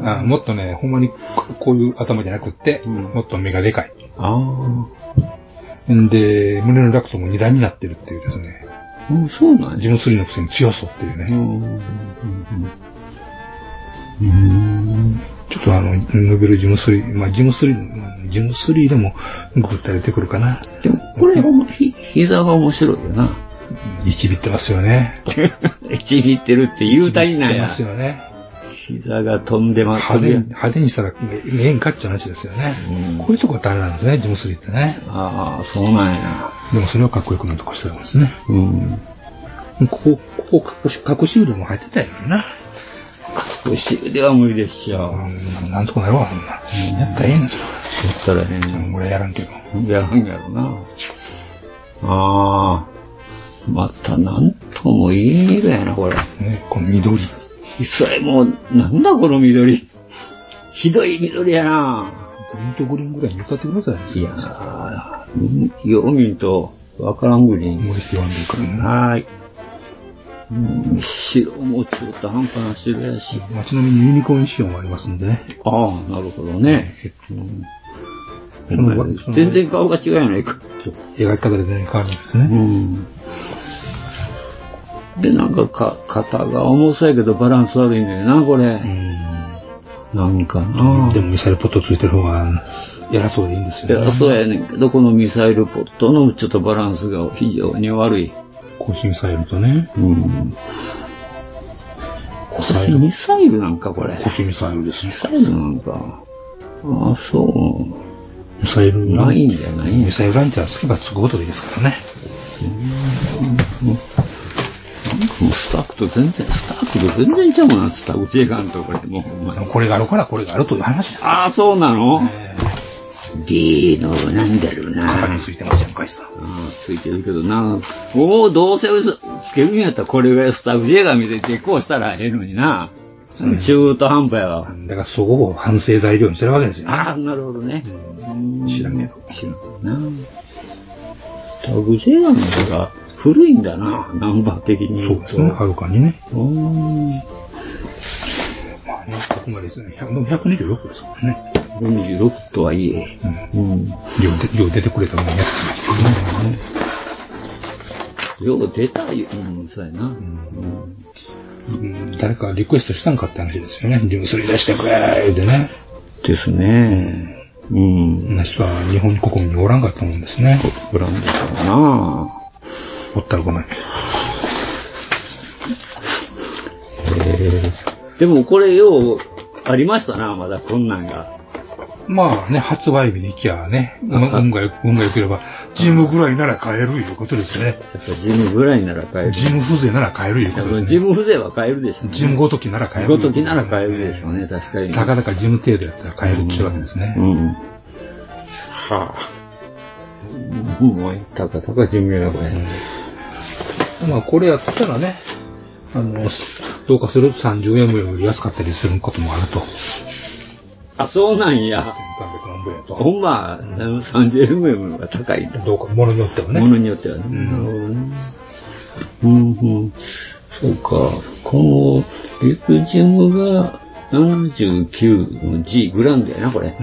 あもっとね、ほんまにここういう頭じゃなくって、うんもっと目がでかい。あんで、胸のラクトも二段になってるっていうですね、あ、うん、そうなんジや。ムスリーのくせに強そうっていううね、ん。うんうん。ちょっとあの、ノベルジムスリー、まあジムスリー、うんジムスリーでもグッと出てくるかな。でも、これ、ひ、膝が面白いよ な。いちびってますよね。ちぎってるって言うたいなってやま。すよね。膝が飛んでます。派手に、派手にしたら目目に勝っちゃう話ですよね。うんこういうとこがダメなんですね、ジムスリーってね。ああ、そうなんや。でもそれはかっこよくなんとかしてたんですね。うん。ここ、ここ隠し、隠し腕も入ってたよな。腰腕は無理でっしょ。やうん、なんとかなるわ、そんな。やったらええねん、それったら変は。俺はやらんけど。やらんやろな。ああ。また、なんとも言いにくいやな、これ。ね、この緑。それもう、なんだこの緑。ひどい緑やな。グリーンとグリーンぐらいに歌ってください。いやー、よう見ると、わからんぐりに。森って読んでるからね。はーい。うん、白もちょっと半端な白やし。まあ、ちなみにユニコーン仕様もありますんでね。ああ、なるほどね。うんそのわその全然顔が違うやないか。描き方で全然変わるんですね。うん。で、なんかか、肩が重そうやけどバランス悪いんだよな、これ。なんかな。でもミサイルポットついてる方が偉そうでいいんですいよや、ね。そうやねんけど、このミサイルポットのちょっとバランスが非常に悪い。更新ミサイルとね。うん。火災のミサイルなんか、これ。星ミサイルですミね。サイルなんか。ああ、そう。ミサイルランないんじゃないんミでサイルランチャーつけばつくごとですからね。なんかもうスタークと全然、スタークと全然ちゃうな、スターク。ジェガンとこれ、もうほんまに。これがあるからこれがあるという話です。ああ、そうなのえー ?D の、なんだろうな。肩についてますやんかいさん。ああついてるけどな。おお、どうせ嘘つけるんやったらこれぐらいスタッフ J が見て結構したらええのにな。中途半端やわ。だからそこを反省材料にしてるわけですよ。ああ、なるほどね。うん知らんけど知らんな。スタッフ J がの方が古いんだな、ナンバー的にそう言うと。ですね。はるかにね。うーん。まあね、ここまでですね。100でも126ですからね。 26とはいえ。うん。ようでよう出てくれたもんやってよう出たよ。うん、そうやな。うんうん誰かリクエストしたんかって話ですよね。リムスリー出してくれってね。ですね。うんそんな人は日本国民におらんかったもんですね。ブランドかなおったらごめん。でもこれようありましたな、まだこんなんが。まあね、発売日で行きゃね、う運がよ運が良ければ、ジムぐらいなら買えるいうことですね。やっぱジムぐらいなら買える。ジム風情なら買えるいうこやっとぱですジね。ム風情は買えるでしょうね。ジムごときなら買える。ごときなら買えるでしょうね、確かに。たかだかジム程度やったら買えるっていうわけですうね。ん。はあ。もう、たかたかジムやな、これ。まあこれやったらね、あの、どうかすると 30M より安かったりすることもあると。あ、そうなんや。 1300何本やほと。んま、あの 30mm が高いんだ。どうか、ものによってはものね。によってはね。んなるほどね。うん、うん。そうか。この、リクジムが 79G、グランドやな、これ。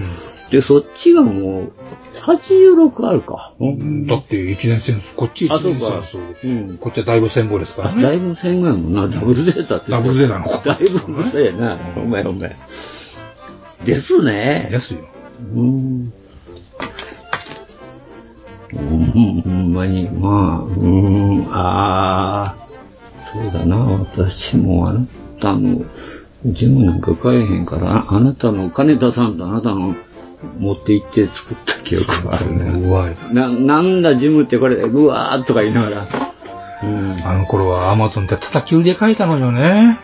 で、そっちがもう、86あるか。うんだって一年戦争、こっち一あ、そう年戦か。う争。ん。こっちはだいぶ戦後ですからね。だいぶ1000ぐらいもんな、ダブルデータって。ダブルゼーなのだいぶそうやな。お前お前。ですね。ですよ。うん。うん、ほんまに、まあ、うん、ああ、そうだな、私もあなたの、ジムなんか買えへんから、ああなたの金出さんとあなたの持って行って作った記憶があるね。うわいな、なんだジムってこれ、うわーとか言いながら、うん、あの頃はアマゾンで叩き売りで買えたのよね。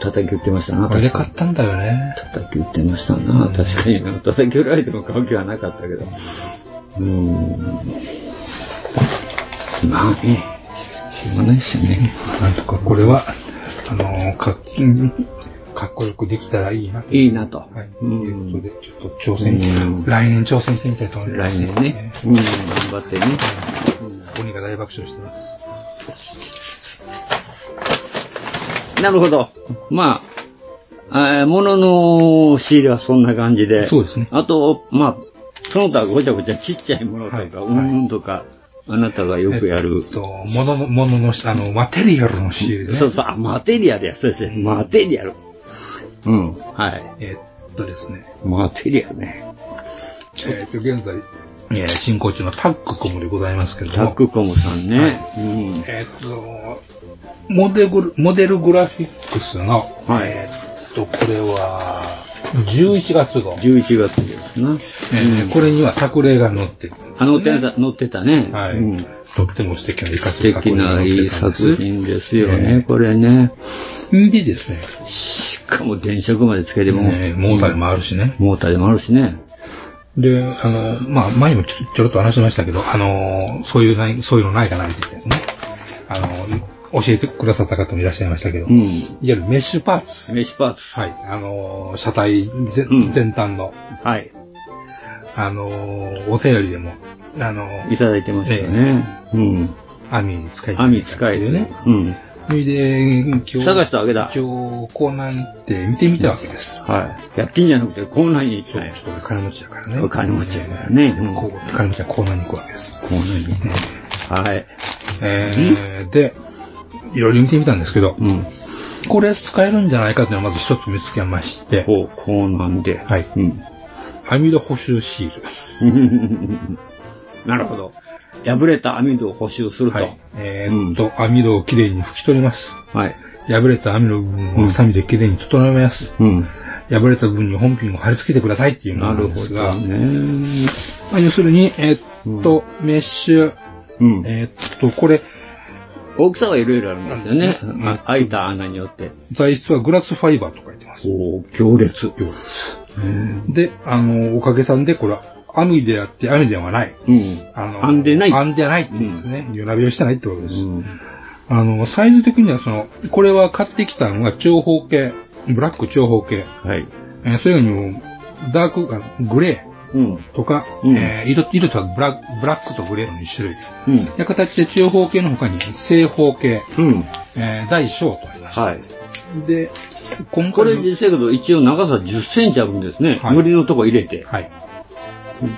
叩き売ってましたな、これ確でか買にっ。たんだよね。叩き売ってましたな、確かにな。叩き売られても買う気はなかったけど。うん。まあね、しょうがないですよね。なんとかこれは、あのー、か、かっこよくできたらいいな。いいなと。はい。とういうことん。で、ちょっと挑戦うん、来年挑戦してみたいと思いま来す。年ね。。うん、頑張ってね。鬼が大爆笑してます。なるほど。まあ、えー物の仕入れはそんな感じで。そうですねあと、まあ、その他ごちゃごちゃちっちゃいものとはいか、うんうんとか、あなたがよくやるえっ。と、もの、ものの、あの、マテリアルの仕入れね。そうそう、あ、マテリアルや、そうですね。マテリアル。うん、はい。えっとですね。マテリアルね。えっと、現在、えー進行中のタッグコムでございますけども。タックコムさんね。うん。えっと、モデル、モデルグラフィックスの、はいえっと、これは、11月号。 11月ですな。えーこれには作例が載ってる。あの、載ってたね。はい。うんとっても素敵なイカス素敵ないい作品ですよね、これね。品。でですね、しかも電飾までつけても、ねモーターもあるしね。モーターでもあるしね。で、あの、まあ、前もちょちょろっと話しましたけど、あの、そういうない、そういうのないかな、みたいなですね。あの、教えてくださった方もいらっしゃいましたけど、うんいわ。ゆるメッシュパーツ。メッシュパーツ。はい。あの、車体全,、うん全端の、はい。あの、お便りでも、あの、いただいてましたよね。うん。網に使いたい網使えてね。うん。それで、今日、探したわけだ今日、コーナーに行って見てみたわけです。はい。やってんじゃなくて、コーナーに行ったんや。ちょっと俺金持ちだからね。お金持ちやからねうんこう金持ちはコーナーに行くわけです。コーナーに行った。はい。えー、で、いろいろ見てみたんですけど、うん。これ使えるんじゃないかっていうのをまず一つ見つけまして、こう、こうなんで。はいうん。 網戸補修シール。なるほど。破れた網戸を補修すると。はい。えーっと、網戸をきれいに拭き取ります。はい。破れた網の部分をハサミできれいに整えます。うん。破れた部分に本品を貼り付けてくださいっていうものななるんでほすが、どね。まあ、要するに、えっと、メッシュ、うん。えっと、これ、大きさはいろいろあるんですよね。うんあ開いた穴によって。材質はグラスファイバーと書いてます。おお強烈。で、あの、おかげさんで、これは、網であって、網ではない。うん。あの、編んでない編んでないってことですね。湯鍋をしてないってことです。うん。あの、サイズ的にはその、これは買ってきたのが長方形、ブラック長方形、はい。えーそれよりも、ダーク、あのグレうん。ーとか、うんえー色、色とはブラブラックとグレーの2種類。うん。で形で長方形の他に正方形、うん。えー大小とありました。はい。で、今これ回のですけど、一応長さ10センチあるんですね。はい無理のとこ入れて。はい。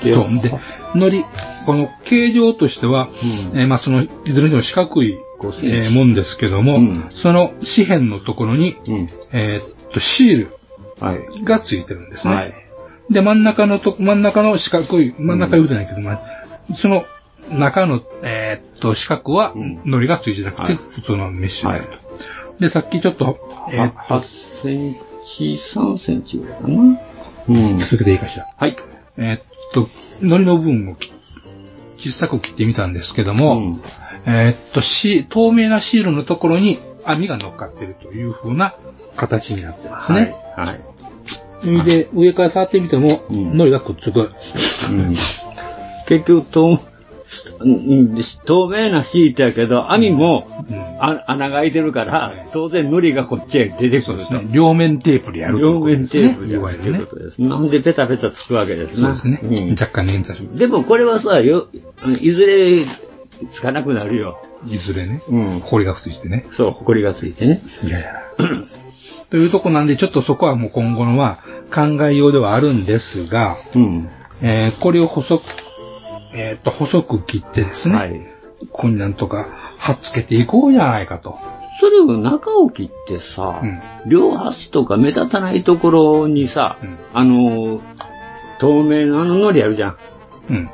でそう。で、のり、この形状としては、うんえーまあその、いずれにも四角い、 5センチえーもんですけども、うんその四辺のところに、うん。えーっと、シーはい。ルがついてるんですね。はい。で、真ん中のと、真ん中の四角い、真ん中は言うてないけど、まあその中の、えーっと、四角は、うん糊がついてなくて、はい普通のメッシュであると。で、さっきちょっと、えーっと、 8センチ、3センチぐらいかな。うん。続けていいかしら。はい。えーっと、糊の部分をき小さく切ってみたんですけども、うんえーっと、し、透明なシールのところに網が乗っかってるという風な形になってますね。はい。はい。で、上から触ってみても、うん糊がくっつく。うん結局、とうん透明なシートやけど、網もうんあ穴が開いてるからい、当然無理がこっちへ出てくそうるですとね。。両面テープでやる両面テープでいやわるゆといるうねこ。とです。なんでペタペタつくわけですそうな。ですね。うん若干捻挫する。でもこれはさ、よ、いずれつかなくなるよ。いずれね、うん氷がついてね。そう、埃がついてね。いやいや。というとこなんで、ちょっとそこはもう今後のは考えようではあるんですが、うん。えーこれを細く、えーっと、細く切ってですね、はい。ここになんとか、はっつけていこうじゃないかと。それを中を切ってさ、うん両端とか目立たないところにさ、うんあのー、透明のあの糊あるじゃん。うん。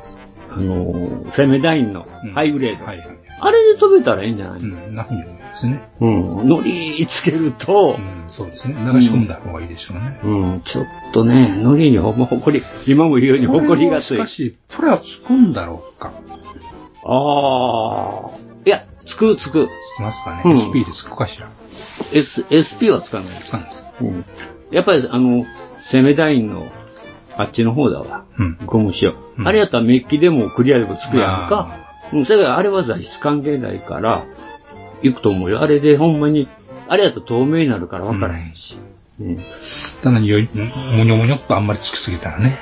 あのー、生命ラインのうんハイグレード。はいはいはい。あれで飛べたらいいんじゃないうのん、なふうに思いますね。うん。糊つけるとう、ん、そうですね。流し込んだ方がいいでしょうね。うん、ちょっとね、糊にほんまほこり、今も言うようにほこりがつこれいもしか。し、プラつくんだろうか。ああ。いや、つくつく。つきますかね。うん SP でつくかしら。 S、SP はつかないでつす。かんです。うん。やっぱり、あの、セメダインの、あっちの方だわ。うん。ゴム塩。うんあれやったらメッキでもクリアでもつくやんか。うん、それからあれは材質関係ないから、行くと思うよ。あれでほんまに、あれやと透明になるから分からへんし。うん。ただによい、もにょもにょっとあんまりつきすぎたらね。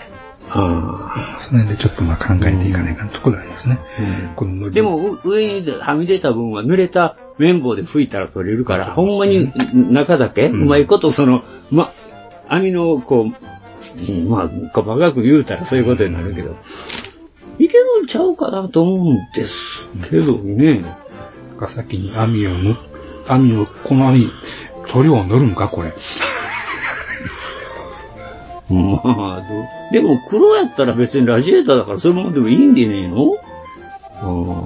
あその辺でちょっとまあ考えていかないかなところがありますね。うんこのーで、も、う上にはみ出た分は濡れた綿棒で拭いたら取れるから、ほんまに中だけ、うんまいこと、その、ま、網の、こう、うんまあ、細かく言うたらそういうことになるけど、いけるんちゃうかなと思うんですけどね。が先に網をぬ、網を、この網、塗料を塗るんか、これ。まあ、どう でも黒やったら別にラジエーターだからそういうもんでもいいんでねえのあ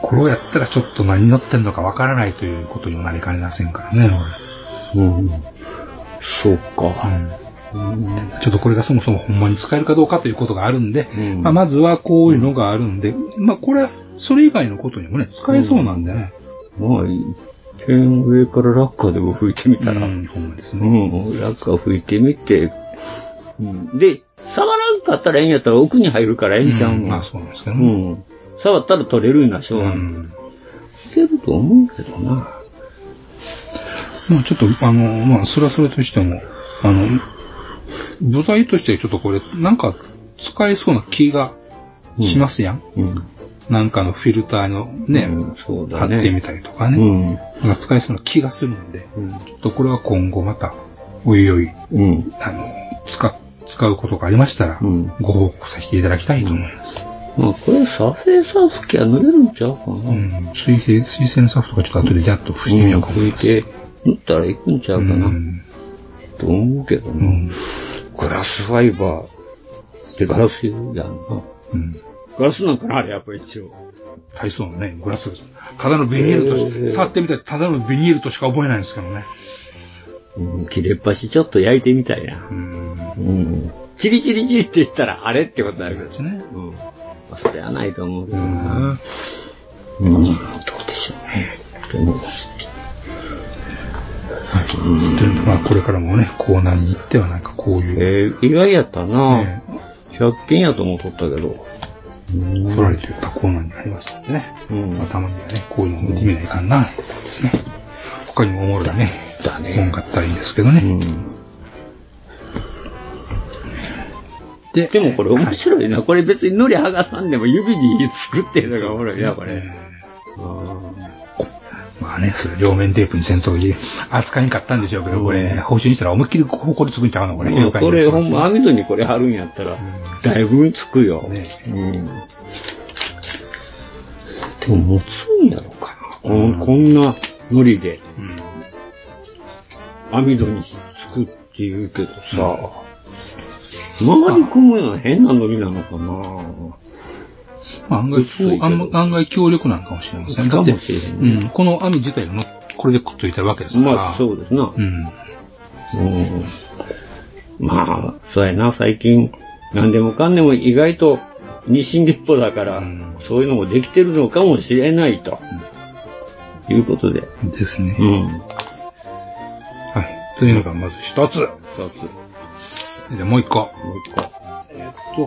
これをやったらちょっと何塗ってんのかわからないということにもなりかねませんからね。あ、うん。そうか。うんちょっとこれがそもそもほんまに使えるかどうかということがあるんで、うんまあまずはこういうのがあるんで、まあこれ、それ以外のことにもね、使えそうなんでね。まあ、一遍上からラッカーでも拭いてみたら、うん、ほんまですうね。ん、ラッカー拭いてみて、うん、で、触らんかったらええんやったら奥に入るからええんちゃうまのあ、そうなんですけどうね。ん。触ったら取れるんだ、しょうがない。いけると思うけどな。まあちょっと、あの、まあ、それはそれとしても、あの、部材としてちょっとこれ、なんか使えそうな気がしますやん。うん。なんかのフィルターのね、うんそう貼だね。ってみたりとかうね。ん。なんか使えそうな気がするんで、うんちょっとこれは今後また、おいおい、うん。あの、使、使うことがありましたら、うんご報告させていただきたいと思います。まあ、これ、サフェーサー拭きは塗れるんちゃうかな。う。ん。水平、水性のサフとかちょっと後でジャッと拭いてみようか思います。拭いて、塗ったらいくんちゃううかな。ん。と思うけどうな。ん。ガラスファイバーでガラスやんな。うん。ガラスなんかなあれ、やっぱり一応。体操のね、グラス。ただのビニールとし、触ってみたらただのビニールとしか思えないんですけどね。うん、切れっ端ちょっと焼いてみたいなう。ん。うん。チリチリチリって言ったら、あれってことになるけどですね。うん。それはないと思うけどうんな。うん、どうでしょうね。でも、というのでまあこれからもね、コーナーに行ってはなんかこういう、えー、意外やったな、ね100件やと思っとったけど。うん取られていったコーナーになりましたんでね。うんまあたまにはね、こういうのも見てみないかんな、ですね。他にもおもろいね、だね本があったらいいんですけどね。うん。ででもこれ面白いな。これ別にノリ剥がさんでも指に作ってるのがおもろいな、これ。まあね、それ両面テープに戦闘機扱いに買ったんでしょうけど、これ、報酬にしたら思いっきりほこりつくんちゃうのこれ。うんこれほんま、ま。網戸にこれ貼るんやったら、だいぶつくよ。ねうん。でも持つんやろかな。こんこんなノリでうん網戸につくって言うけどさ、周り組むのは変なノリなのかなまあ案外そう薄いけどあんま、案外強力なんかもしれません。だって、かもしれんうねん、この網自体がのこれでくっついてるわけですから。まあ、そうですなう。ん。うん。まあ、そうやな、最近、何でもかんでも意外と日進月歩だから、うんそういうのもできてるのかもしれないと。いうことで。ですね。うん。はい。というのがまず一つ。二つ。もで、もう一個。う一個。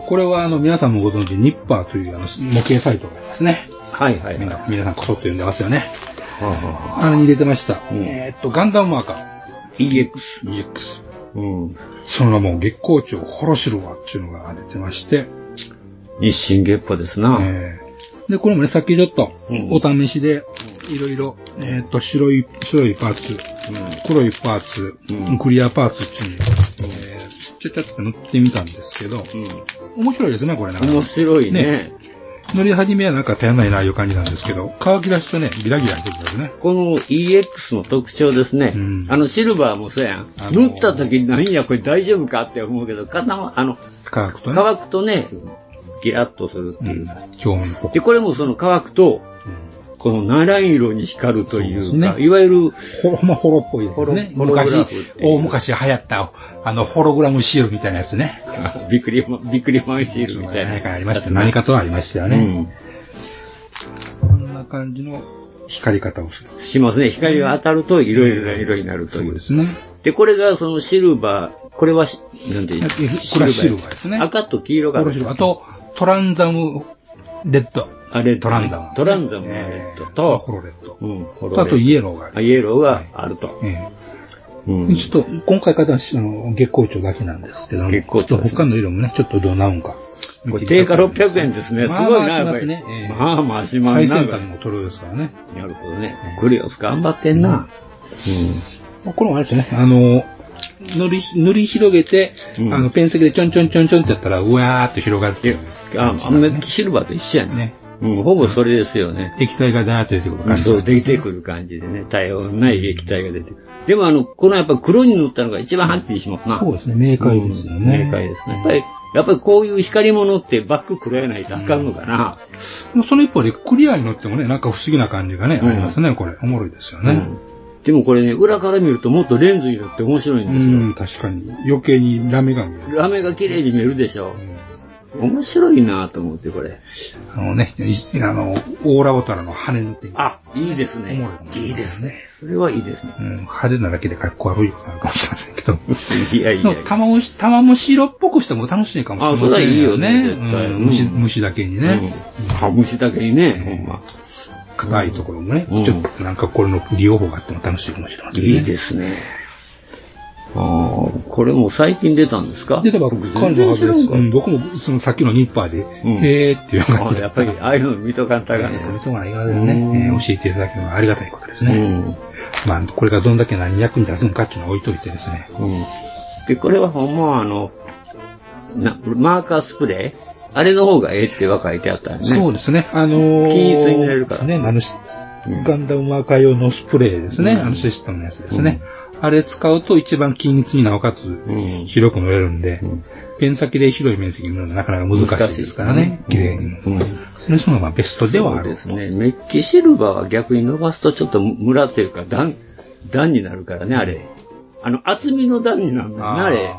とこれは、あの、皆さんもご存知、ニッパーというあの模型サイトがありますね。はいはいはい。皆はさん皆さんこそっと読んでますよね。あはああれに入れてました。うんえーっと、ガンダムマーカ EX。ー。EX。うん。その名も月光町ホロシルワっていうのが出てまして、日進月歩ですな。えーで、これもね、さっきちょっとうんお試しで、いろいろ、えーっと、白い、白いパーツ、黒いパーツ、うんクリアパーツっていうのを、えーちょちょっと塗ってみたんですけど、うん。面白いですね、これなかうなん。か面白いね。ね塗り始めはなんか頼んないな、いう感じなんですけど、乾き出すとね、ギラギラしてくるんですね。この EX の特徴ですね。うんあのシルバーもそうやん。あのー塗った時に何やこれ大丈夫かって思うけど、固ま、あの、乾くとね、乾くとね、ギラッとするっていう。表面と。で、これもその乾くと、この七色に光るというそうですか、ねいわゆる、ほろ、ほんまホロっぽいやつですね。ホロホログラ昔フって、いう大昔流行った、あの、ホログラムシールみたいなやつね。びっくりマン、びっくりマンシールみたいなやつね。ありました。何かとありましたよね。こんな感じの光り方をする。うん。しますね。光が当たると色々な色になるとそいううで。すね。で、これがそのシルバー、これはし、なんていうこれはシルバーですね赤と黄色がホロシルあと、トランザムレッド。あれ、トランザムトランザムのレえッドーと、ホロレッド。うん、ホあと、イエローがあある。イエローがあると。えうんえちょっと、今回買ったのはあの月光町だけなんですけども、月光町ちょっと他の色もね、ちょっとどうなるんか。これ定価600円ですね。すまあごいまあな、しやっまぱすりねええ。まあまあしまん最先な。端のトロイですからね。なるほどね。クリオス頑張ってんな。まあこれもあれですね、あの、塗り、塗り広げて、うんあの、ペン先でちょんちょんちょんちょんってやったら、うわーっと広がるっていう。うん。あ、アメシルバーと一緒やね。ね。うん、ほぼそれですよね。液体がだーって出てくる感じ。そう、出てくる感じでね。対応のない液体が出てくる。でもあの、このやっぱ黒に塗ったのが一番はっきりしますな。そうですね、明快ですよね。うん明快ですね。やっぱり、やっぱりこういう光物ってバック食らえないとあかんのかな。もうその一方で、クリアに乗ってもね、なんか不思議な感じがね、うんありますね、これ。おもろいですようね。んでもこれね、裏から見るともっとレンズになって面白いうんですん、確よ。かに。余計にラメが見える。ラメが綺麗に見えるでしょう。ん面白いなと思って、これ。あのね、いあの、オーラボタラの羽塗ってみるあ、いいですねおもろいかもしれませ。んねいいですね。それはいいですね。うん、派手なだけで格好悪いことになるかもしれませんけど。いやいやいや。玉もし、玉も白っぽくしても楽しいかもしれませんあそれはいいよねう絶対んうん虫、虫だけにね、うん。あ虫だけにね、ほんま。硬いところもね、うんちょっとなんかこれの利用法があっても楽しいかもしれませんね。いいですね。ああ、これも最近出たんですかで、だから、僕彼女全然は知ずでらんす。かうらん、僕も、そのさっきのニッパーで、んへえーっていうあ感ーじやっぱり、ああいうの見とかんたがね。そういうところがいかがですね、えー教えていただけるのはありがたいことですね。うん。まあ、これがどんだけ何役に立つのかっていうのは置いといてですね。うんで、これはほんまはあの、なマーカースプレーあれの方がええっては書いてあったよね。そうですね。あのー、均一になれるからね、あの、うんガンダムマーカー用のスプレーですね。うんあのシステムのやつですね。ああれ使うと一番均一になおかつん広く塗れるんで、んペン先で広い面積に塗るのはなかなか難しいですからね、綺麗にも。うんそれにしてもまあベストではあそうるで。すね。メッキシルバーは逆に伸ばすとちょっとムラというか段、段になるからね、あれ。あの、厚みの段になるんだよね、あれ。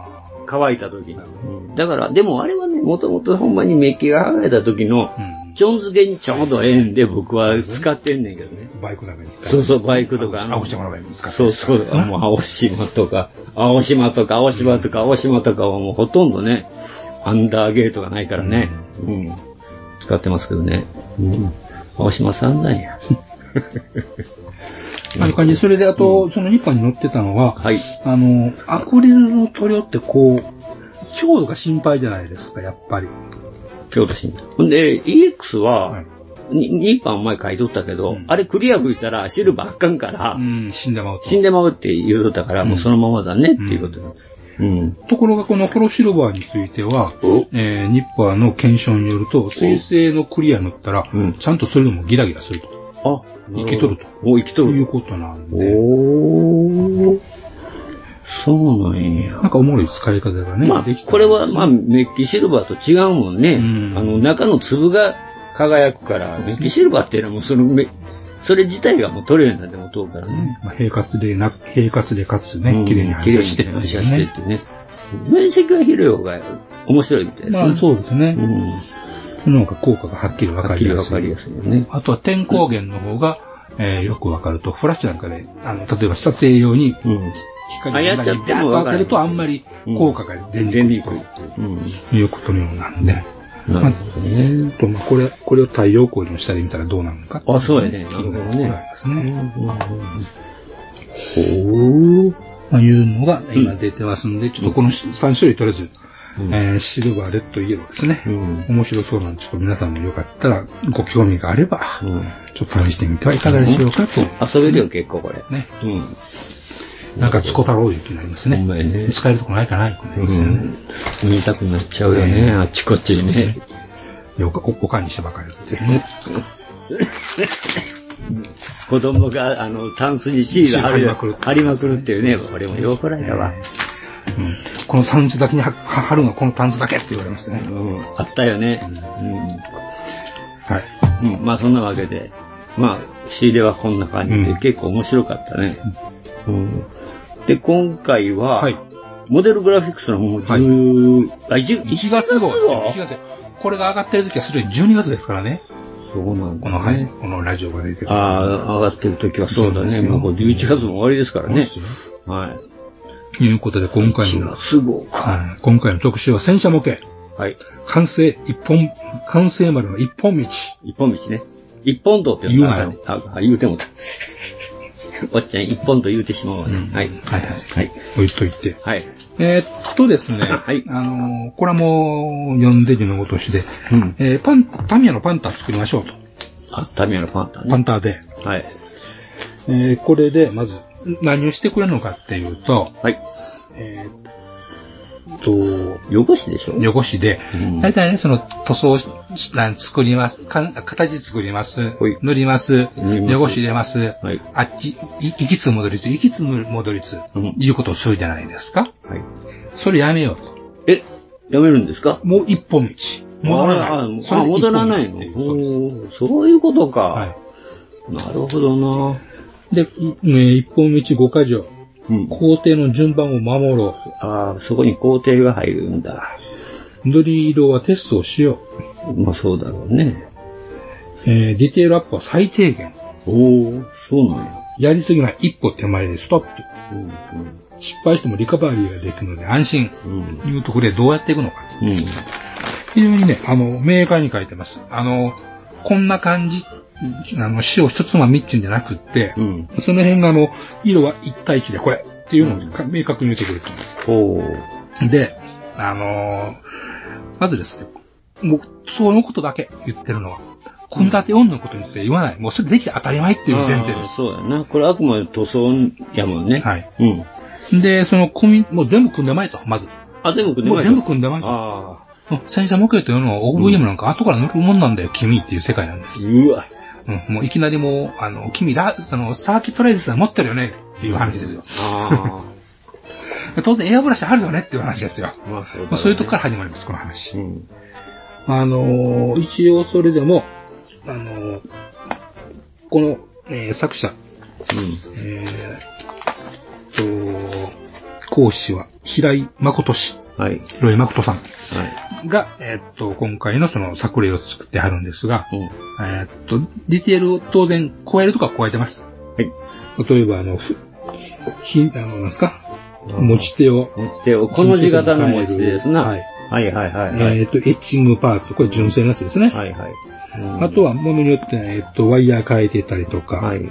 乾いた時に。うんだから、でもあれはね、もともとほんまにメッキが剥がれた時のう、んちょんづけにちょうどええんで僕は使ってんねんけどね。バイクなんかに使そうそう、バイクとか。あの青島のバイクに使ってそうそう、もう青島とか、青島とか、青島とか、青島とかはもうほとんどね、アンダーゲートがないからね、うん、使ってますけどね。うん、青島さんな んや。あの感じ。それであと、その2巻に載ってたのは、はい。あの、アクリルの塗料ってこう、強度が心配じゃないですか、やっぱり。京都新聞。ほんで、EX は、はいに2番前書いとったけうど、んあれクリア吹いたらシルバーあかんから、うん、死んでまうと。死んでまうって言うとったから、もうそのままだねっていうことで。うん。ところがこのホロシルバーについては、おえー、ニッパーの検証によると、水性のクリア塗ったら、うんちゃんとそれでもギラギラすると。あ、生きとると。お、生きととるいうことなんで、おー。そうなんや。なんかおもろい使い方がね、まあでき、たこれは、まあ、メッキシルバーと違うもんね。うんあの、中の粒が輝くから、メッキシルバーっていうのはもうそのめ、それ自体がもう取れるようになってもう通うからね。まあ、平滑でな、平滑でかつうねん、綺麗に反射して綺る麗んでに反すよ射してってね。面積が広い方が面白いみたいですね。まあそうですね。うん。その方が効果がはっきりわはかっりきりやわすい。かりやすいよね。あとは天光源の方が、えーよくわかると、フラッシュなんかで、あの、例えば撮影用にうん。光あやをっちゃ中っにてバッもとわ当かてるるとあんまり効果が出にく電い力。うん。ということのようなんで。なるほどね。と、まあ、これ、これを太陽光の下で見たらどうなるのかっていあ、そうやね。な気るほにどなるところがあねり。ますね。ほう。まあ、いうのが今出てますんで、ちょっとこの3種類とりあえず、えーシルバー、レッド、イエローですね。うん面白そうなんで、ちょっと皆さんもよかったら、ご興味があれば、うんちょっと試してみてはいかがでしょうかと。遊べるよ、結構これ。ね。うん。なんか、つこたろういう気になりますね。ほんまやね使えるとこないかな、いう気になりますよね。うん。見たくなっちゃうよね、あっちこっちにね。よかおおかんにしてばかりだっていうね。子供が、あの、タンスにシール貼シール貼りるまくる貼りまくるっていうね、これもよう怒られたわ。うんこのタンスだけには貼るのはこのタンスだけって言われましたうね。ん。あったよね。はい。うん。うん。まあ、そんなわけで。まあ、仕入れはこんな感じで、うん結構面白かったね。うん。で、今回は、はいモデルグラフィックスのもう10、あ、1 1月号。1 1月これが上がってる時はすでに12月ですからね。そうなんこだ、ね。の、はい。このラジオが出てる。ああ、上がってる時はそうだそうでね。すよまあ、これ11月も終わりですからねそうで。はい。ということで、今回4の、月号か。はい今回の特集は戦車模型。はい。完成一本、完成までの一本道。一本道ね。一本道って言うのはあかんねあ、あ言うてもうた。 おっちゃん、一本と言うてしまうわね。はい。はいはい。はい。置いといて。はい。えーっとですね。はいあのーこれはもう、読んで字のごとしで。うん。えーパン、タミヤのパンタ作りましょうと。あ、タミヤのパンタパね。ンターで。はい。えーこれで、まず、何をしてくれるのかっていうと、はい。えーっと、汚しでしょ汚しでうん、大体ね、その塗装しなん作ります、かん形作りますほい、塗ります、塗ります汚し入れますはい、あっち、い行きつ戻りつ、行きつ戻りつうん、いうことをするじゃないですか。はい。それやめようと。え、やめるんですかもう一本道。戻あらあなもうい。それあで一戻本道らないっのてうそうですおーそういうことか。はいなるほどな。で、いね一本道5か条、うん。工程の順番を守ろう。ああ、そこに工程が入るんだ。塗り色はテストをしよう。まあそうだろうね。えーディテールアップは最低限。おお、そうなんや。やりすぎない一歩手前でストップ。うん、失敗してもリカバリーができるので安心。うん。うん。いうところでどうやっていくのか。うん。非常にね、あの、明快に書いてます。あの、こんな感じ、あの、死を一つまみっちゅうんじゃなくって、うん。その辺があの、色は一対一でこれっていうのをか明確に言ってくれてます。おーで、あのーまずですね、もう、そのことだけ言ってるのは、組み立て4のことについて言わない。もうそれできて当たり前っていう前提であーす。そうやな。これあくまで塗装やもんね。はい。うん。で、その組み、もう全部組んでまいと、まず。あ、全部組んでもまうい全部組んでまいと。あうあ。ん戦車模型というのは OVM なんか後から乗るもんなんだよ、君っていう世界なんです。うわ。うん、もういきなりもう、あの、君ら、その、サーキプライズさん持ってるよねっていう話ですよ。あ当然エアブラシあるよねっていう話ですよ。 あ。まあ、そうだ、ねまあ、そういうとこから始まります、この話。うん。あのー一応それでも、あのーこの、えー作者、えーっと、講師は平井誠氏、うん。はい。平井誠さんはが、えーっと、今回のその作例を作ってはるんですが、い。うん。えーっと、ディテールを当然加えるとか加えてます。はい。例えば、あの、ふひ、あの、なんですか持ち手を、持ち手を、この字型の持ち手ですな。はいはいはいはいはい。えーっと、エッチングパーツ、これ純正のやつですね。はいはい。うんあとは、ものによっては、えっと、ワイヤー変えてたりとか、はい。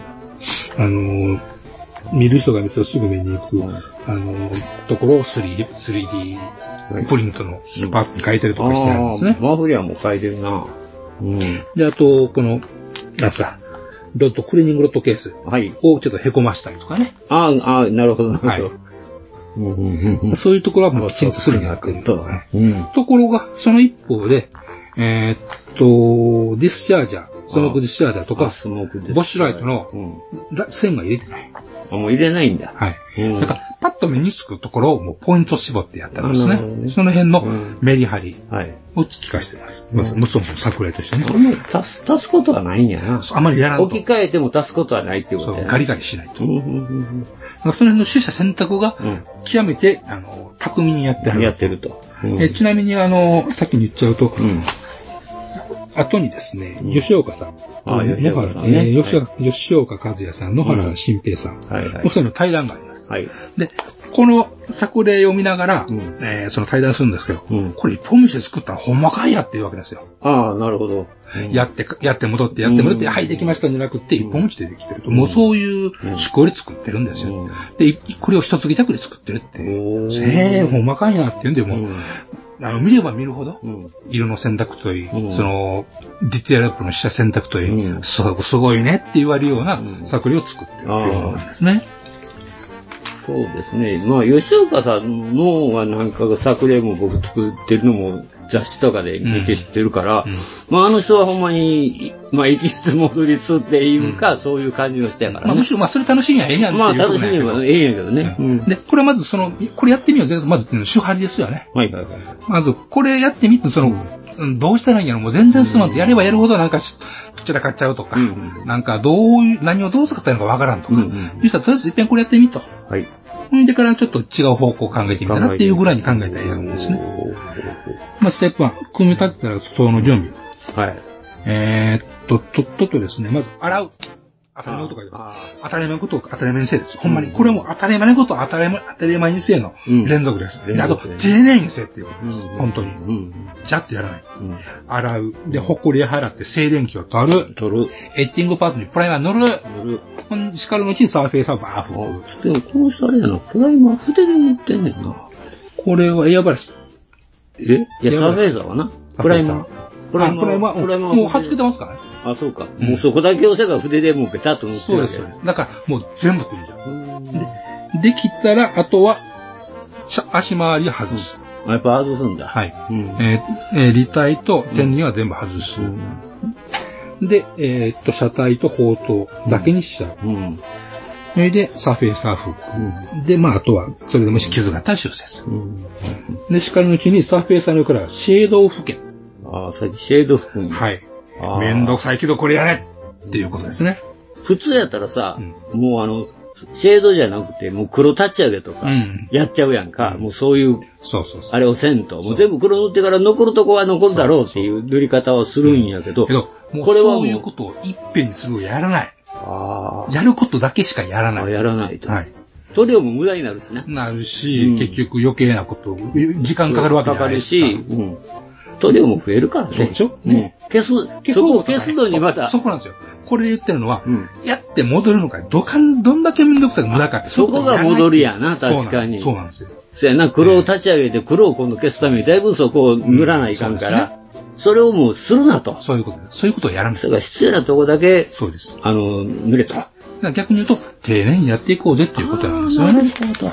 あのー、見る人が見るとすぐ目に行く、うんあのー、ところを 3D, 3D プリントのパーツに変えたりとかしてあるんですねあ。あ、マフリアも書いてるな。うん。で、あと、この、なんすか、ロット、クリーニングロットケースはい。をちょっと凹ましたりとかね。ああ、ああ、なるほど、なるほはど。うんうんうんう ん。そういうところはもうきちんとするんだっていうと。うん。ところが、その一方で、えーっと、ディスチャージャー、スモークディスチャージャーとあか、スモークです。ボッシュライトのうん。ら線が入れてない。あ、もう入れないんだ。はい。うんだから、パッと目につくところをもうポイント絞ってやったんですなね。るほどねその辺のうんメリハリはい。を聞かしてます。まず、もちろん作例としてねあ。んまり足す、足すことはないんやな。そうあまりやらんと置き換えても足すことはないっていうことそやう、なガリガリしないと。うんうんうんだからその辺の取捨選択がう、ん。極めて、あの、巧みにやってあうん。やっる。てると。うんえちなみに、あの、さっきに言っちゃうとう、ん。後にですね、うん吉岡さん、あえー吉岡さんね野原えー吉岡吉岡和也さん、野原新平さん、はいはもいう。その対談があります。はい。で、この作例を見ながら、うんえーその対談するんですけど、うんこれ一本道で作ったらほんまかいやっていうわけですよ。ああ、なるほど。うんやってか、やって戻って、やって戻って、うんはい、できましたんじゃなくて、一本道でできてると。うんもうそういう思考で作ってるんですよ。うで、いこれを一つぎたくで作ってるっていう。ん。せえ、ほんまかいなっていうんで、うもんう、あの、見れば見るほど、うん。色の選択といい、うんその、ディテールアップの下選択といい、うんそうすごいねって言われるようなうん作品を作ってるっていうものなんですね。そうですね。まあ、吉岡さんのはなんか作例も僕作ってるのも雑誌とかで見て知ってるから、うんまあ、あの人はほんまに、まあ、行きつ戻りつっていうか、そういう感じの人やからまあ、むね。しろ、まあ、それ楽しみはええやんってまあ、いうこと楽しなんやみけどはええんやけどね。うん。で、これまずその、これやってみようって、まず主張ですよね。はいはいはい。まず、これやってみて、その、うんどうしたらいいんやろもう全然進まんと、やればやるほどなんかし、くっちゃらかっちゃうとか、うんなんか、どういう、何をどう使ったらいいのかわからんとか。うんうんそしたら、とりあえず一遍これやってみと。はい。ほんでからちょっと違う方向を考えてみたなっていうぐらいに考えたらいいと思うんですね。まあ、ステップ1、組み立てたらその準備。はい。えー、っと、とっととですね、まず、洗う。当たり前のことがあります。あ当たり前のことを当たり前にせいです。ほんまに、これも当たり前のことを当たり前当たり前にせいのうん連続です。連であと続、です丁寧にせいっていうことあです。本当に。うん。じゃってやらない。うん。洗う。で、ほこり払って静電気を取る。取る。エッティングパーツにプライマー塗る。塗る。ほんで叱るのうちにサーフェイサーバーあフ。、でもこの人あれやな、プライマー筆で塗ってんねんな。これはエアブラシ。えいや、いやサーフェイザーはな。サーフェイザープライマー。これは、これは、うんもう貼っつけてもますからね。あ、そうか。もうそこだけ押せば筆でもうベタっと塗ってそうでるわす、けそうです。だから、もう全部取るじゃうんん。できたら、あとは、しゃ足回りを外す。あやっぱ外すんだ。はい。うん。えーえー立体と天輪は全部外す。で、えーっと、車体と砲塔だけにしちゃう。うん。それで、サーフェイサーフ。で、まあ、あとは、それでもし傷があったら修正する。うん。で、しかるのうちにサーフェイサーのからシェードを吹け。ああ、さっきシェード服に。はい。あーめんどくさいけどこれやれっていうことですね。普通やったらさうん、もうあの、シェードじゃなくて、もう黒立ち上げとうか、ん。やっちゃうやんか。もうそういう、そうそうそう。あれをせんと。もう全部黒塗ってから残るとこは残るだろうっていう塗り方をするんやけどけ、ど、もうこれはもうそういうことを一遍にするをやらない。あやることだけしかやらあ、ない。やらないと。はい。塗料も無駄になるしな。なるし、うん結局余計なこと、時間かかるわけじゃないですかかるし、うん。塗料も増えるからね。そうでしょね。消す、消そそうこをとかね消すのにまた、そこなんですよ。これで言ってるのは、うんやって戻るのか、どかん、どんだけめんどくさく無駄かって。そこが戻りやなそういうこと確かにそうなんですよ。そやな、黒を立ち上げて黒を今度消すためにだいぶそこを塗らないかんから、それをもうするなと。そういうことです。そういうことをやらない。それが必要なとこだけ、そうです。だあの、塗れと。あから逆に言うと、丁寧にやっていこうぜっていうこと哦なんですよね。ほど。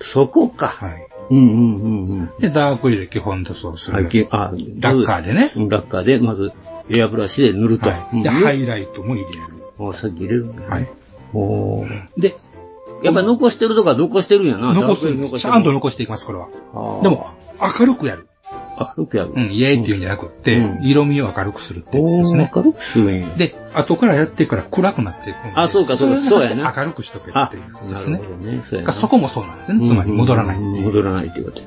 そこか。はい。うんうんうんうん。で、ダーク入れ基本塗装する。あ、きあラッカーでねうんラッカーで、まず、エアブラシで塗ると。はい。で、うんハイライトも入れる。おさっき入れるんだねはい。おーで、やっぱり残してるとか残してるんやな。残すんです。残しちてゃんと残していきます、これは。あーで、も、明るくやる。あ、よくやる。うん、イエーイっていうんじゃなくって、うん色味を明るくするってことおですねー、。明るくするんや。で、後からやってから暗くなっていくんであそうかそうかそうやな明るくしとけっあていうやつ、でなすねるほ。どね。そうやだかならそこもそうなんですね。つまり戻らないってうんういんううん戻らないっていうこと。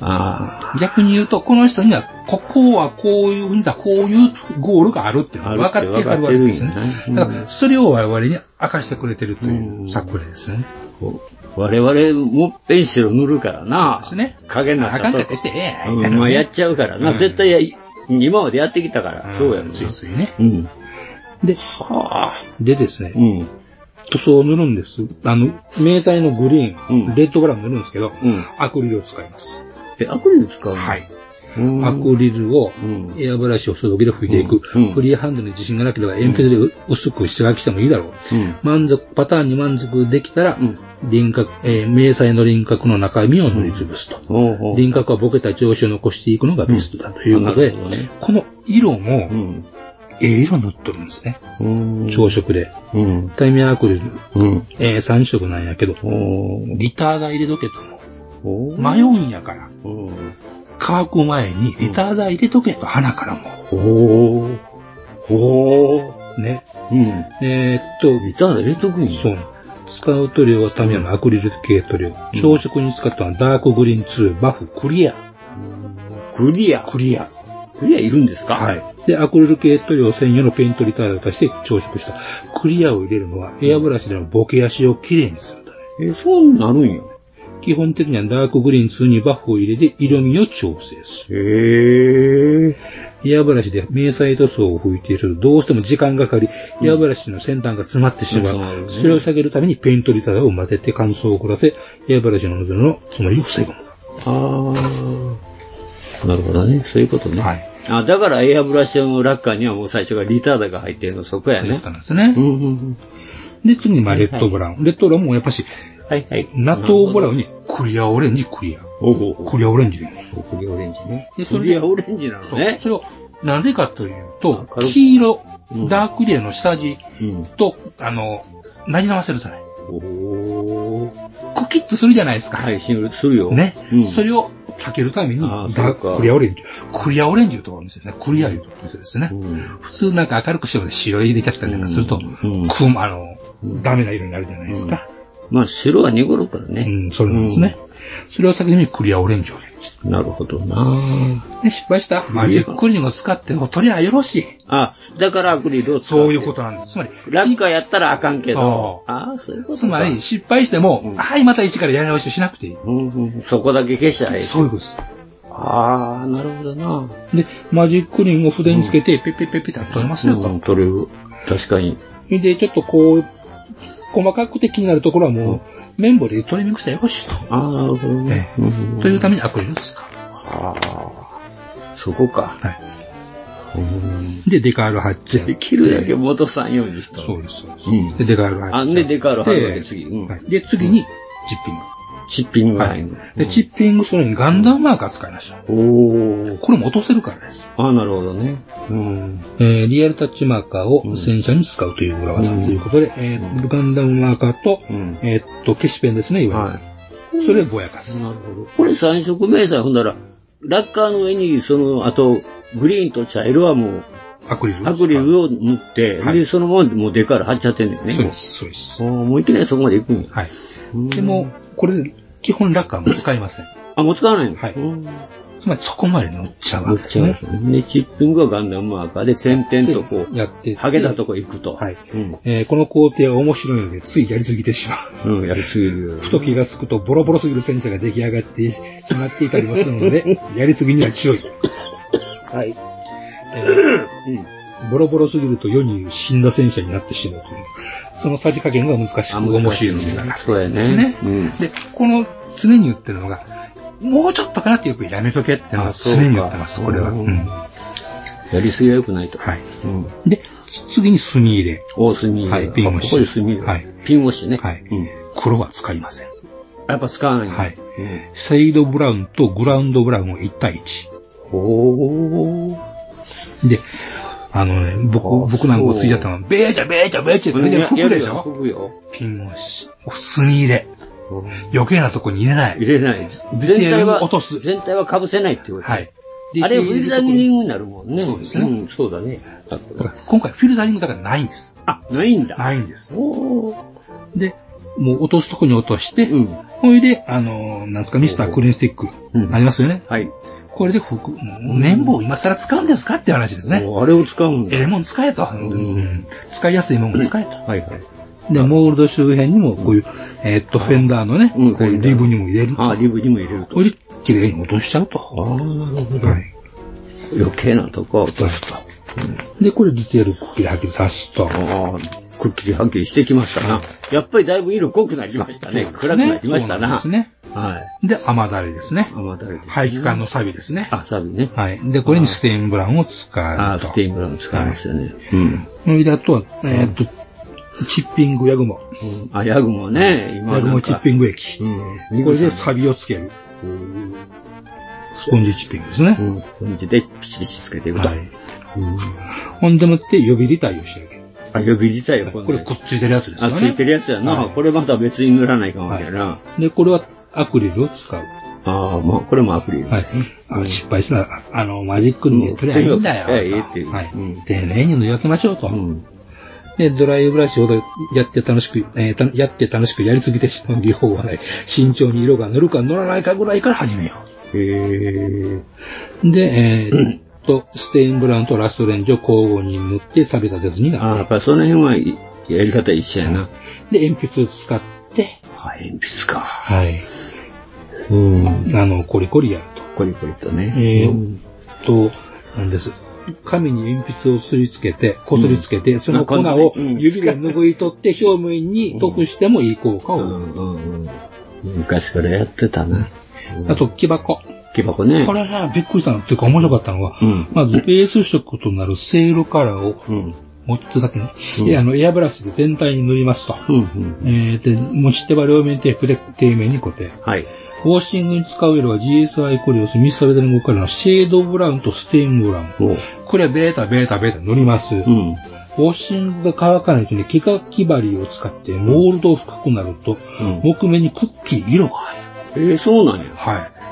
あ逆に言うと、この人には、ここはこういうふうにだ、こういうゴールがあるっていうあ。のが分かって分はかるっわてけるんですやね。ね。うんだから、それを我々に明かしてくれてるといううん作例ですね。こう我々もっぺん白塗るからな。そうですね影なあかんかったとりして、ええやんみたういんなまあやっちゃうからうな。ん絶対や、今までやってきたから。そうやもんなついついね。うん。で、でですねう、ん。塗装を塗るんです。あの、明細のグリーン、うんレッドブラウン塗るんですけど、うん。アクリルを使います。え、アクリル使うのはい。。うんアクリルをうんエアブラシを注ぎで拭いていく。うんうんフリーハンドに自信がなければ鉛筆でう薄く下書きしてもいいだろう。うん。満足、パターンに満足できたら、うん輪郭、えー明細の輪郭の中身を塗りつぶすと。ほうほう輪郭はボケた調子を残していくのがベストだということで、うんなるほどねこの色も、うん。ええ色塗っとるんですね。うん。朝食で。うん。タイミアアクリル、うん。え3色なんやけど、おーリターダー入れとけとも。おー迷うんやから。うん乾く前にリターダー入れとけと、鼻からも。おーおーね。うん。えーっと、リターン入れとくんや。そう。使う塗料はタミヤのアクリル系塗料。朝食に使ったのはダークグリーン2、バフ、クリア。クリア。クリア。クリアいるんですかは。い。で、アクリル系塗料専用のペイントリターダーとして朝食した。クリアを入れるのはエアブラシでのボケ足をきれいにするため。え、そうなるんや。基本的にはダークグリーン2にバフを入れて色味を調整する。へえ。エアブラシで明細塗装を拭いているとどうしても時間がかかり、エアブラシの先端が詰まってしまうんう。それを下げるためにペイントリターダーを混ぜて乾燥を遅らせ、エアブラシの喉の詰まりを防ぐのだ。あー。なるほどね。そういうことね。はい。あ、だからエアブラシのラッカーにはもう最初がリターダーが入ってるの、そこやそういうねこと。なんですねう。んうんうん。で、次にまあレッドブラウン。レッドブラウンもやっぱし、はいはい。ナトウブラウンにクリアオレンジ、クリア。おおクリアオレンジで。クリアオレンジね。でそクれでリアオレンジなのそう。ね。それを、なんでかというと明る、い黄色うん、ダークリアの下地うん。と、あの、なじらませるじゃない。おー。クキッとするじゃないですか。配信するよ。ね、うん。それを避けるために、あダーそうかークリアオレンジ。クリアオレンジいうところですよね。クリアいうところですよね。うん普通なんか明るくしても白入れちゃったりなんかすると、うんくあの、ダメな色になるじゃないですか。まあ、白は濁るからうん、ね。それなんですね。それを避けるためにクリアオレンジを入れる。なるほどなで、失敗したマジックリンを使ってお取りゃよろしい。あ、だからアクリルを使。そういうこととなんです。つまり、ラッカーやったらあかんけどそ。ああ、そういうことか。つまり、失敗しても、んはい、また一からやり直ししなくていい。うんうん、そこだけ消しちゃえ。そういうことです。ああ、なるほどな。で、マジックリンを筆につけて、ペッペッペッペッって取れますよと。うん、取れる。確かに。で、ちょっとこう、細かくて気になるところはもう、綿棒でトリミングしてよしと。ああ、なるほどね。ええうんというためにアクリルを使う。ああ、そこか。はうんい。で、デカール貼っちゃう。できるだけ戻さんようにした。そうです、そうです。うんで、デカール貼っちゃう。あんでデカール貼るわけで次うんはいで、次に、チッピンチッピング。グはラいイン。。で、チッピングするのにガンダムマーカー使いました。おー。これも落とせるからです。ああ、なるほどね。うん。えーリアルタッチマーカーを戦車に使うという裏技ということで、えーガンダムマーカーと、うんえーっと、消しペンですね、いわはい。ゆる。それをぼやかす。なるほど。これ三色明細、ほんだら、ラッカーの上に、その、あと、グリーンと茶色はもう、アクリルアクリルを塗って、はいで、そのままもうデカール貼っちゃってんだよね。そうです、そうです。もうあーもういきなりそこまで行くんや。はい。うんでも、、これ、基本ラッカーも使いません。あ、もう使わないのはいうんつまりそこまで乗っちゃうわ塗けっでちすゃうね。んですね。で、チッピングはガンダムマーカーで、点々とこう、やっててハゲたとこ行くと。はいうん。えーこの工程は面白いので、ついやりすぎてしまう。うん、やりすぎるよ。ふと気がつくと、ボロボロすぎる戦車が出来上がってしまっていたりもするの で、やりすぎには注意。はい。うん。ボロボロすぎると世に言う死んだ戦車になってしまうという。そのさじ加減が難しくあ面白いのにならないそうやですねね。。うん。で、この常に言ってるのが、もうちょっとかなってよくやめとけってのあはそう常かに言ってます、これは。うんうんやりすぎは良くないと。はい。うん。で、次に墨入れ。大隅はいピンウォッシュここで隅入れはいピンウォッシュね。はいうん。黒は使いません。やっぱ使わないんだはい。うん。セイドブラウンとグラウンドブラウンを1対1。ほー。で、あのね、僕、僕なんかもついちゃったの、べーちゃべーちゃべーちゃって、で、吹くでしょ吹くよ。ピンをし、すに入れ。余計なとこに入れな入い。れない。出全て体るは、落とす全体は被せないってこと。はい。あれ、フィルタリグ。ングになるもんね。そうですねん、そうだね。だから今回フィルタリングだからないんです。あ、ないんだ。ないんです。おーで、もう落とすとこに落として、うん。ほいで、あのー、なんですか、ミスタークリーンスティック、うんありますよね。はい。これで拭く、もう綿棒を今更使うんですかって話ですね。もうあれを使うんだ。ええもん使えと、ん使いやすいもんを使えと。はいはい。で、モールド周辺にも、こういう、えーっと、フェンダーのね、うんこういうリブにも入れる。あ、リブにも入れると。これで、綺麗に落としちゃうと。ああ、なるほど。はい。余計なとこは落とすと。で、これディテール、こっきりはっきり刺すと。ああ、くっきりはっきりしてきましたな。やっぱりだいぶ色濃くなりましたね。暗くなりましたな。そうなんですはい。ね。で、雨だれですね。雨だれです、排気管のサビですね。あ、サビね。はい。で、これにステインブラウンを使あうあ、と。ステインブラウン使いましたね。うん。それで、あとは、えーっと、チッピングヤグモ。あ、ヤグもね、今ヤグなモんかチッピング液。うん。これでさ、サビをつける。うん。スポンジチッピングですね。うん。で、ピシピシつけていくと。はい。うん。ほんでもって予備リタイをしてあげる。あ、予備自体はこれくっついてるやつですよあ、ね。ついてるやつやな。はいこれまた別に塗らないかもやな。で、これはアクリルを使う。ああ、まあ、これもアプリル。はい。あ失敗したら、あの、マジックに塗ればいいんだよ。うんええっていうはいうん。丁寧に塗り分けましょうと。うん。で、ドライブラシほどやって楽しく、えーたやって楽しくやりすぎてしまう技法は ない。慎重に色が塗るか塗らないかぐらいから始めよへえ。う。で、えーっと、ステインブラウンとラストレンジを交互に塗って錆びた鉄にああ、なやっる。ぱりその辺はいやり方一緒やな。で、鉛筆を使って、あ、鉛筆か。はい。うん。あの、コリコリやると。コリコリとね。えーうんと、なんです。紙に鉛筆をすりつけて、こすりつけて、その粉なんかねをうん指で拭い取って表面に塗布してもいい効果うを。んうんうん。昔からやってたな。うんあ、と、木箱。木箱ねこ。れね、びっくりしたのっていうか面白かったのは、うんまずベース色となるセイロカラーを、うん。もうちょっとだけね、うんであのエアブラシで全体に塗りますと。うんうん。えー、で、持ち手は両面テープで底面に固定。はい。ウォーシングに使う色は GSI コリオス、ミスタルデルゴカラーのシェードブラウンとステインブラウン。おう。これはベータ、ベータ、ベータ塗ります。うん。ウォッシングが乾かないとね、毛がき針を使ってモールドを深くなると、うん木目にくっきり色が入る。えー、そうなんや。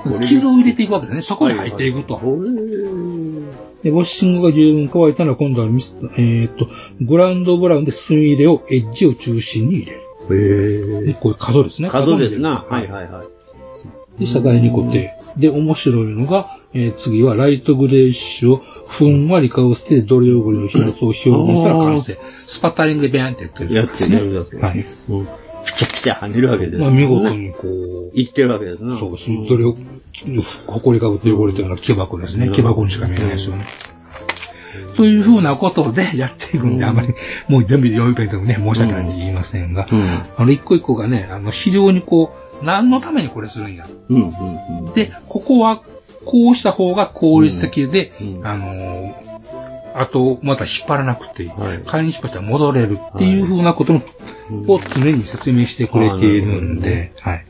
これはで傷を入れていくわけだね。そこに入っていくと。ほえーでウォッシングが十分乾いたら今度はミス、えーっと、グラウンドブラウンで墨入れを、エッジを中心に入れる。へでえ。こういう角ですね。角です角な。には入れいるはいはい。で、下台に固定。で、面白いのが、えー次はライトグレーッシュをふんわり顔して、ドリオグリの比率を表現したら完成。スパッタリングでビャーンってやってる、やってやるわけですねはい。うん。ピチャピチャ跳ねるわけですね。まあ、見事にこう、いってるわけですな。そうですんね。どれを、埃かぶって汚れたような木箱ですね。木箱にしか見えないですよね。というふうなことでやっていくんで、あまり、もう全部読みべてもね、申し訳ないんで言いませんが、うん。あの、一個一個がね、あの、非常にこう、何のためにこれするんや。うんうんうん。で、ここは、こうした方が効率的で、うんうんあのーあと、また引っ張らなくていい。はい仮に引っ張ったら戻れるっていうふうなことも、を常に説明してくれているんで、はい。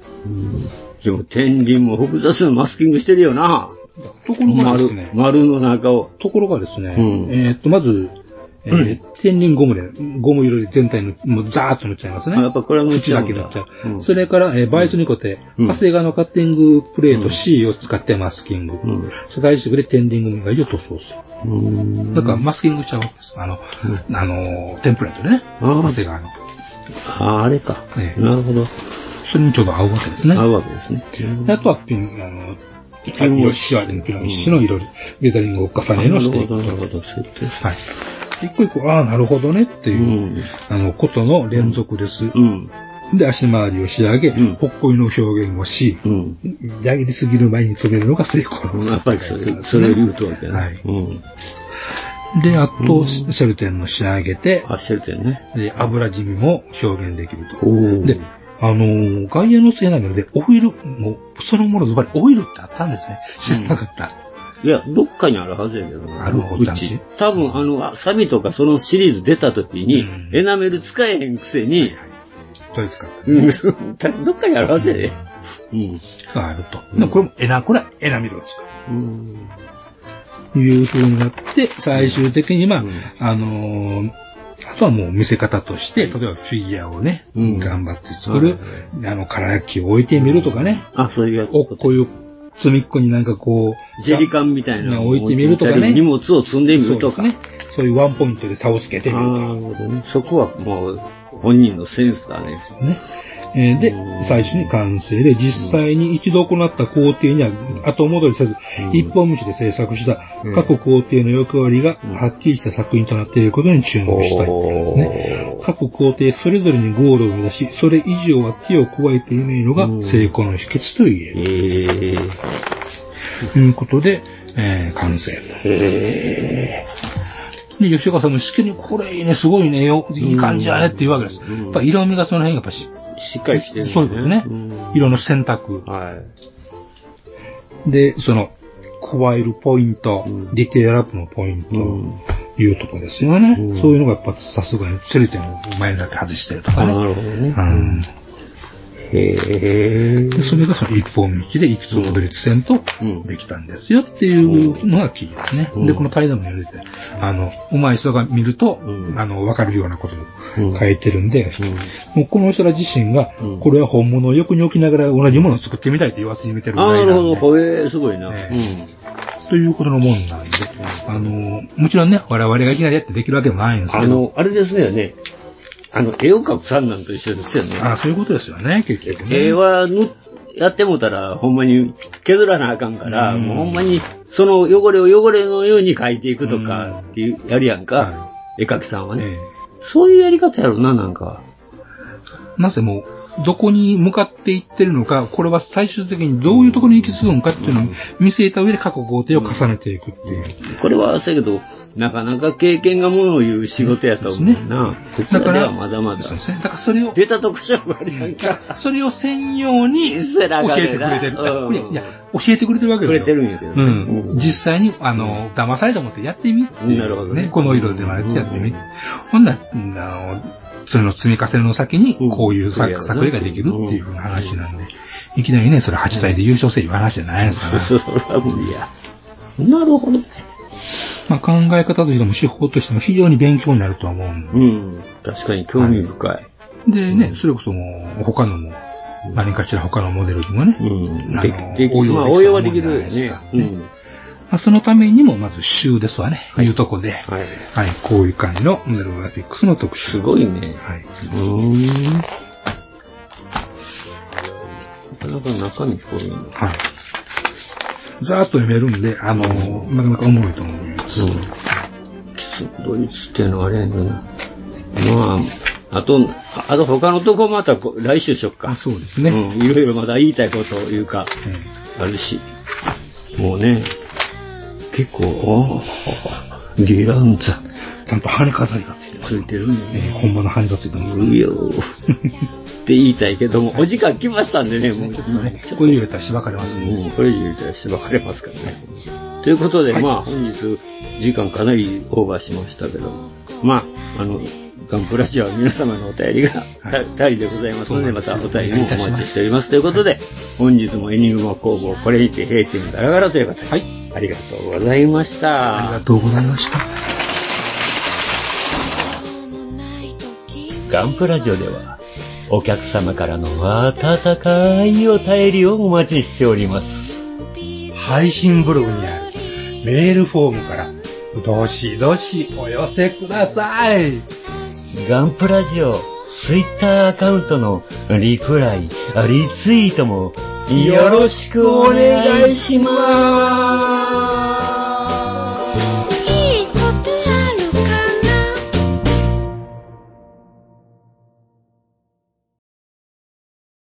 でも、天輪も複雑なマスキングしてるよな。ところがで丸すね、、丸の中を。ところがですね、うんえーっと、まず、えー天輪ゴムで、ゴム色で全体の、もうザーッと塗っちゃいますね。あやっぱこれは塗っ縁ちゃだうんだけ塗っちゃう。うんそれから、えーバイスニコテ、うん長谷川のカッティングプレーうトん C を使ってマスキング。うん社大色で天輪ゴムがいを塗装する。だからマスキングしちゃうわけです。あの、あのー、テンプレートでね。あー長谷川の。ああれか。ええなるほど。それにちょうど合うわけですね。合うわけですね。であとはピン、あの、ピンを色シワでのピンの一種の色、ベタリングを重ねなのるしてほいくど、。なるほど。設定はい。一個一個、ああ、なるほどねっていうう、ん。あの、ことの連続です。うん。で、足回りを仕上げ、うんほっこりの表現をし、うん。やりすぎる前に止めるのが成功のやっぱりそ世界れ、ですそねれを言うとわけやなはいうん。で、あと、シェルテンの仕上げて、あ、してる点ね。で油染みも表現できると。おで、あのー外野のせいなので、オイル、もう、そのものずばりオイルってあったんですね。知らなかった。いや、どっかにあるはずやけどな。ある方うだしち。多分、あの、あサビとかそのシリーズ出た時にうん、エナメル使えへんくせに、ドイツ買ったうん どっかにあるはずやで。うん。があると。でもこれもエナ、これはエナミルを使う。うんいう風になって、最終的にまあ、うんあのーあとはもう見せ方として、例えばフィギュアをね、うん頑張って作る、あの、空焼きを置いてみるとかね、あ、そういうやつ。おこういう積みっこになんかこう、ジェリカンみたいなのを置いてみるとかね置いてみたり荷物を積んでみそうるでとすか。ね。そういうワンポイントで差をつけてみるとあーなるほどねそこはもう本人のセンスだね。ね。えーうで、ん最初に完成で、実際に一度行った工程には後戻りせず、ん一本道で制作したうん各工程の役割がはっきりした作品となっていることに注目したいってことですね。おー各工程それぞれにゴールを目指し、それ以上は手を加えていないのがうん成功の秘訣と言える。えーということで、えー完成。へで、吉岡さんもしきにこれいいね、すごいね、よ、いい感じだねって言うわけです。うんやっぱ色味がその辺やっぱし、ーしっかりしてる、そういうことねん。色の選択。はい。で、その、加えるポイント、うんディテールアップのポイント、うんいうとこですよね。うんそういうのがやっぱさすがに、セルテンを前だけ外してるとかあね。なるほどね。うんへえ。でそれがその一本道でいくつも独立線とうんできたんですよっていうのがキーですね。うんで、この対談もやれて、あの、うまい人が見ると、うんあの、わかるようなことうんを書いてるんで、もうこの人ら自身がう、んこれは本物を横に置きながら同じものを作ってみたいって言わせてみてるぐらあないるなんほど。で、ほえー、すごいな。ねということのもんなんで、あの、もちろんね、我々がいきなりやってできるわけもないんですあけど、の、あれですよね。あの、絵を描くさんなんと一緒ですよね。あそういうことですよね、結局ね。絵は塗やってもたら、ほんまに削らなあかんから、うんもうほんまにその汚れを汚れのように描いていくとかっていう、やるやんか、は絵描きさんはね、えそういうやり方やろな、なんか。えなぜもう、どこに向かっていってるのか、これは最終的にどういうところに行き着くのかっていうのを見据えた上で過去工程を重ねていくっていう。これは、せやけど、なかなか経験がものを言う仕事やと思うな。こちらだかでら、はまだまだ。そうですね。だからそれを、出た特徴があるやんか。それを専用に教せなあかんえねてんくなれてる。うんいやいや、教えてくれてるわけですくよ。れてるんやけどうね。ん。実際に、あの、騙されたと思ってやってみっていうなるほどねこの色でまってやってみ。うんほんなら、あの、それの積み重ねの先に、うんこういうそうや作な作りができるっていう風な話なんで、いきなりね、それ8歳で優勝せるいう話じゃないですから、それは無理や。なるほど。まあ考え方としても手法としても非常に勉強になるとは思うんでうん。確かに興味深い。でね、それこそもう、他のも、何かしら他のモデルにもね、うん。あのでき、でき、応用できたまあ応用はでもきんじゃるないよですねか。うん。まあ、そのためにも、まず、週ですわね、い、うとこで、はい、はい。こういう感じのモデルグラフィックスの特集。すごいね。はい。うん。なかなか中身こういうの。はい。ざーっと読めるんで、あのーなかなかおもろいと思います。うん。ドイツっていうのはあれやけどな。まあ、あと、ああと他のとこまたこう来週しよっか。あ、そうですね。うん。いろいろまだ言いたいこというか、あるし。もうね、結構、あーディランザ、ちゃんと羽飾りがついてまつすい。てるんよえね。ー、本場の羽がついてます。うよーって言いたいけども、お時間来ましたんでね、もう、ちょっ こういう言うたらしばかれますと、んでもうこれ以上言うたらしばかれますからね。ということで、まあ、本日、時間かなりオーバーしましたけど、まあ、あの、ガンプラジオは皆様のお便りが、た頼りでございますので、またお便りもお待ちしております。ということで、本日もエニグマ工房、これにて閉店ガラガラということで、はい。ありがとうございました。ありがとうございました。ガンプラジオでは、お客様からの温かいお便りをお待ちしております。配信ブログにあるメールフォームから、どしどしお寄せください。ガンプラジオ、ツイッターアカウントのリプライ、リツイートもよろしくお願いします。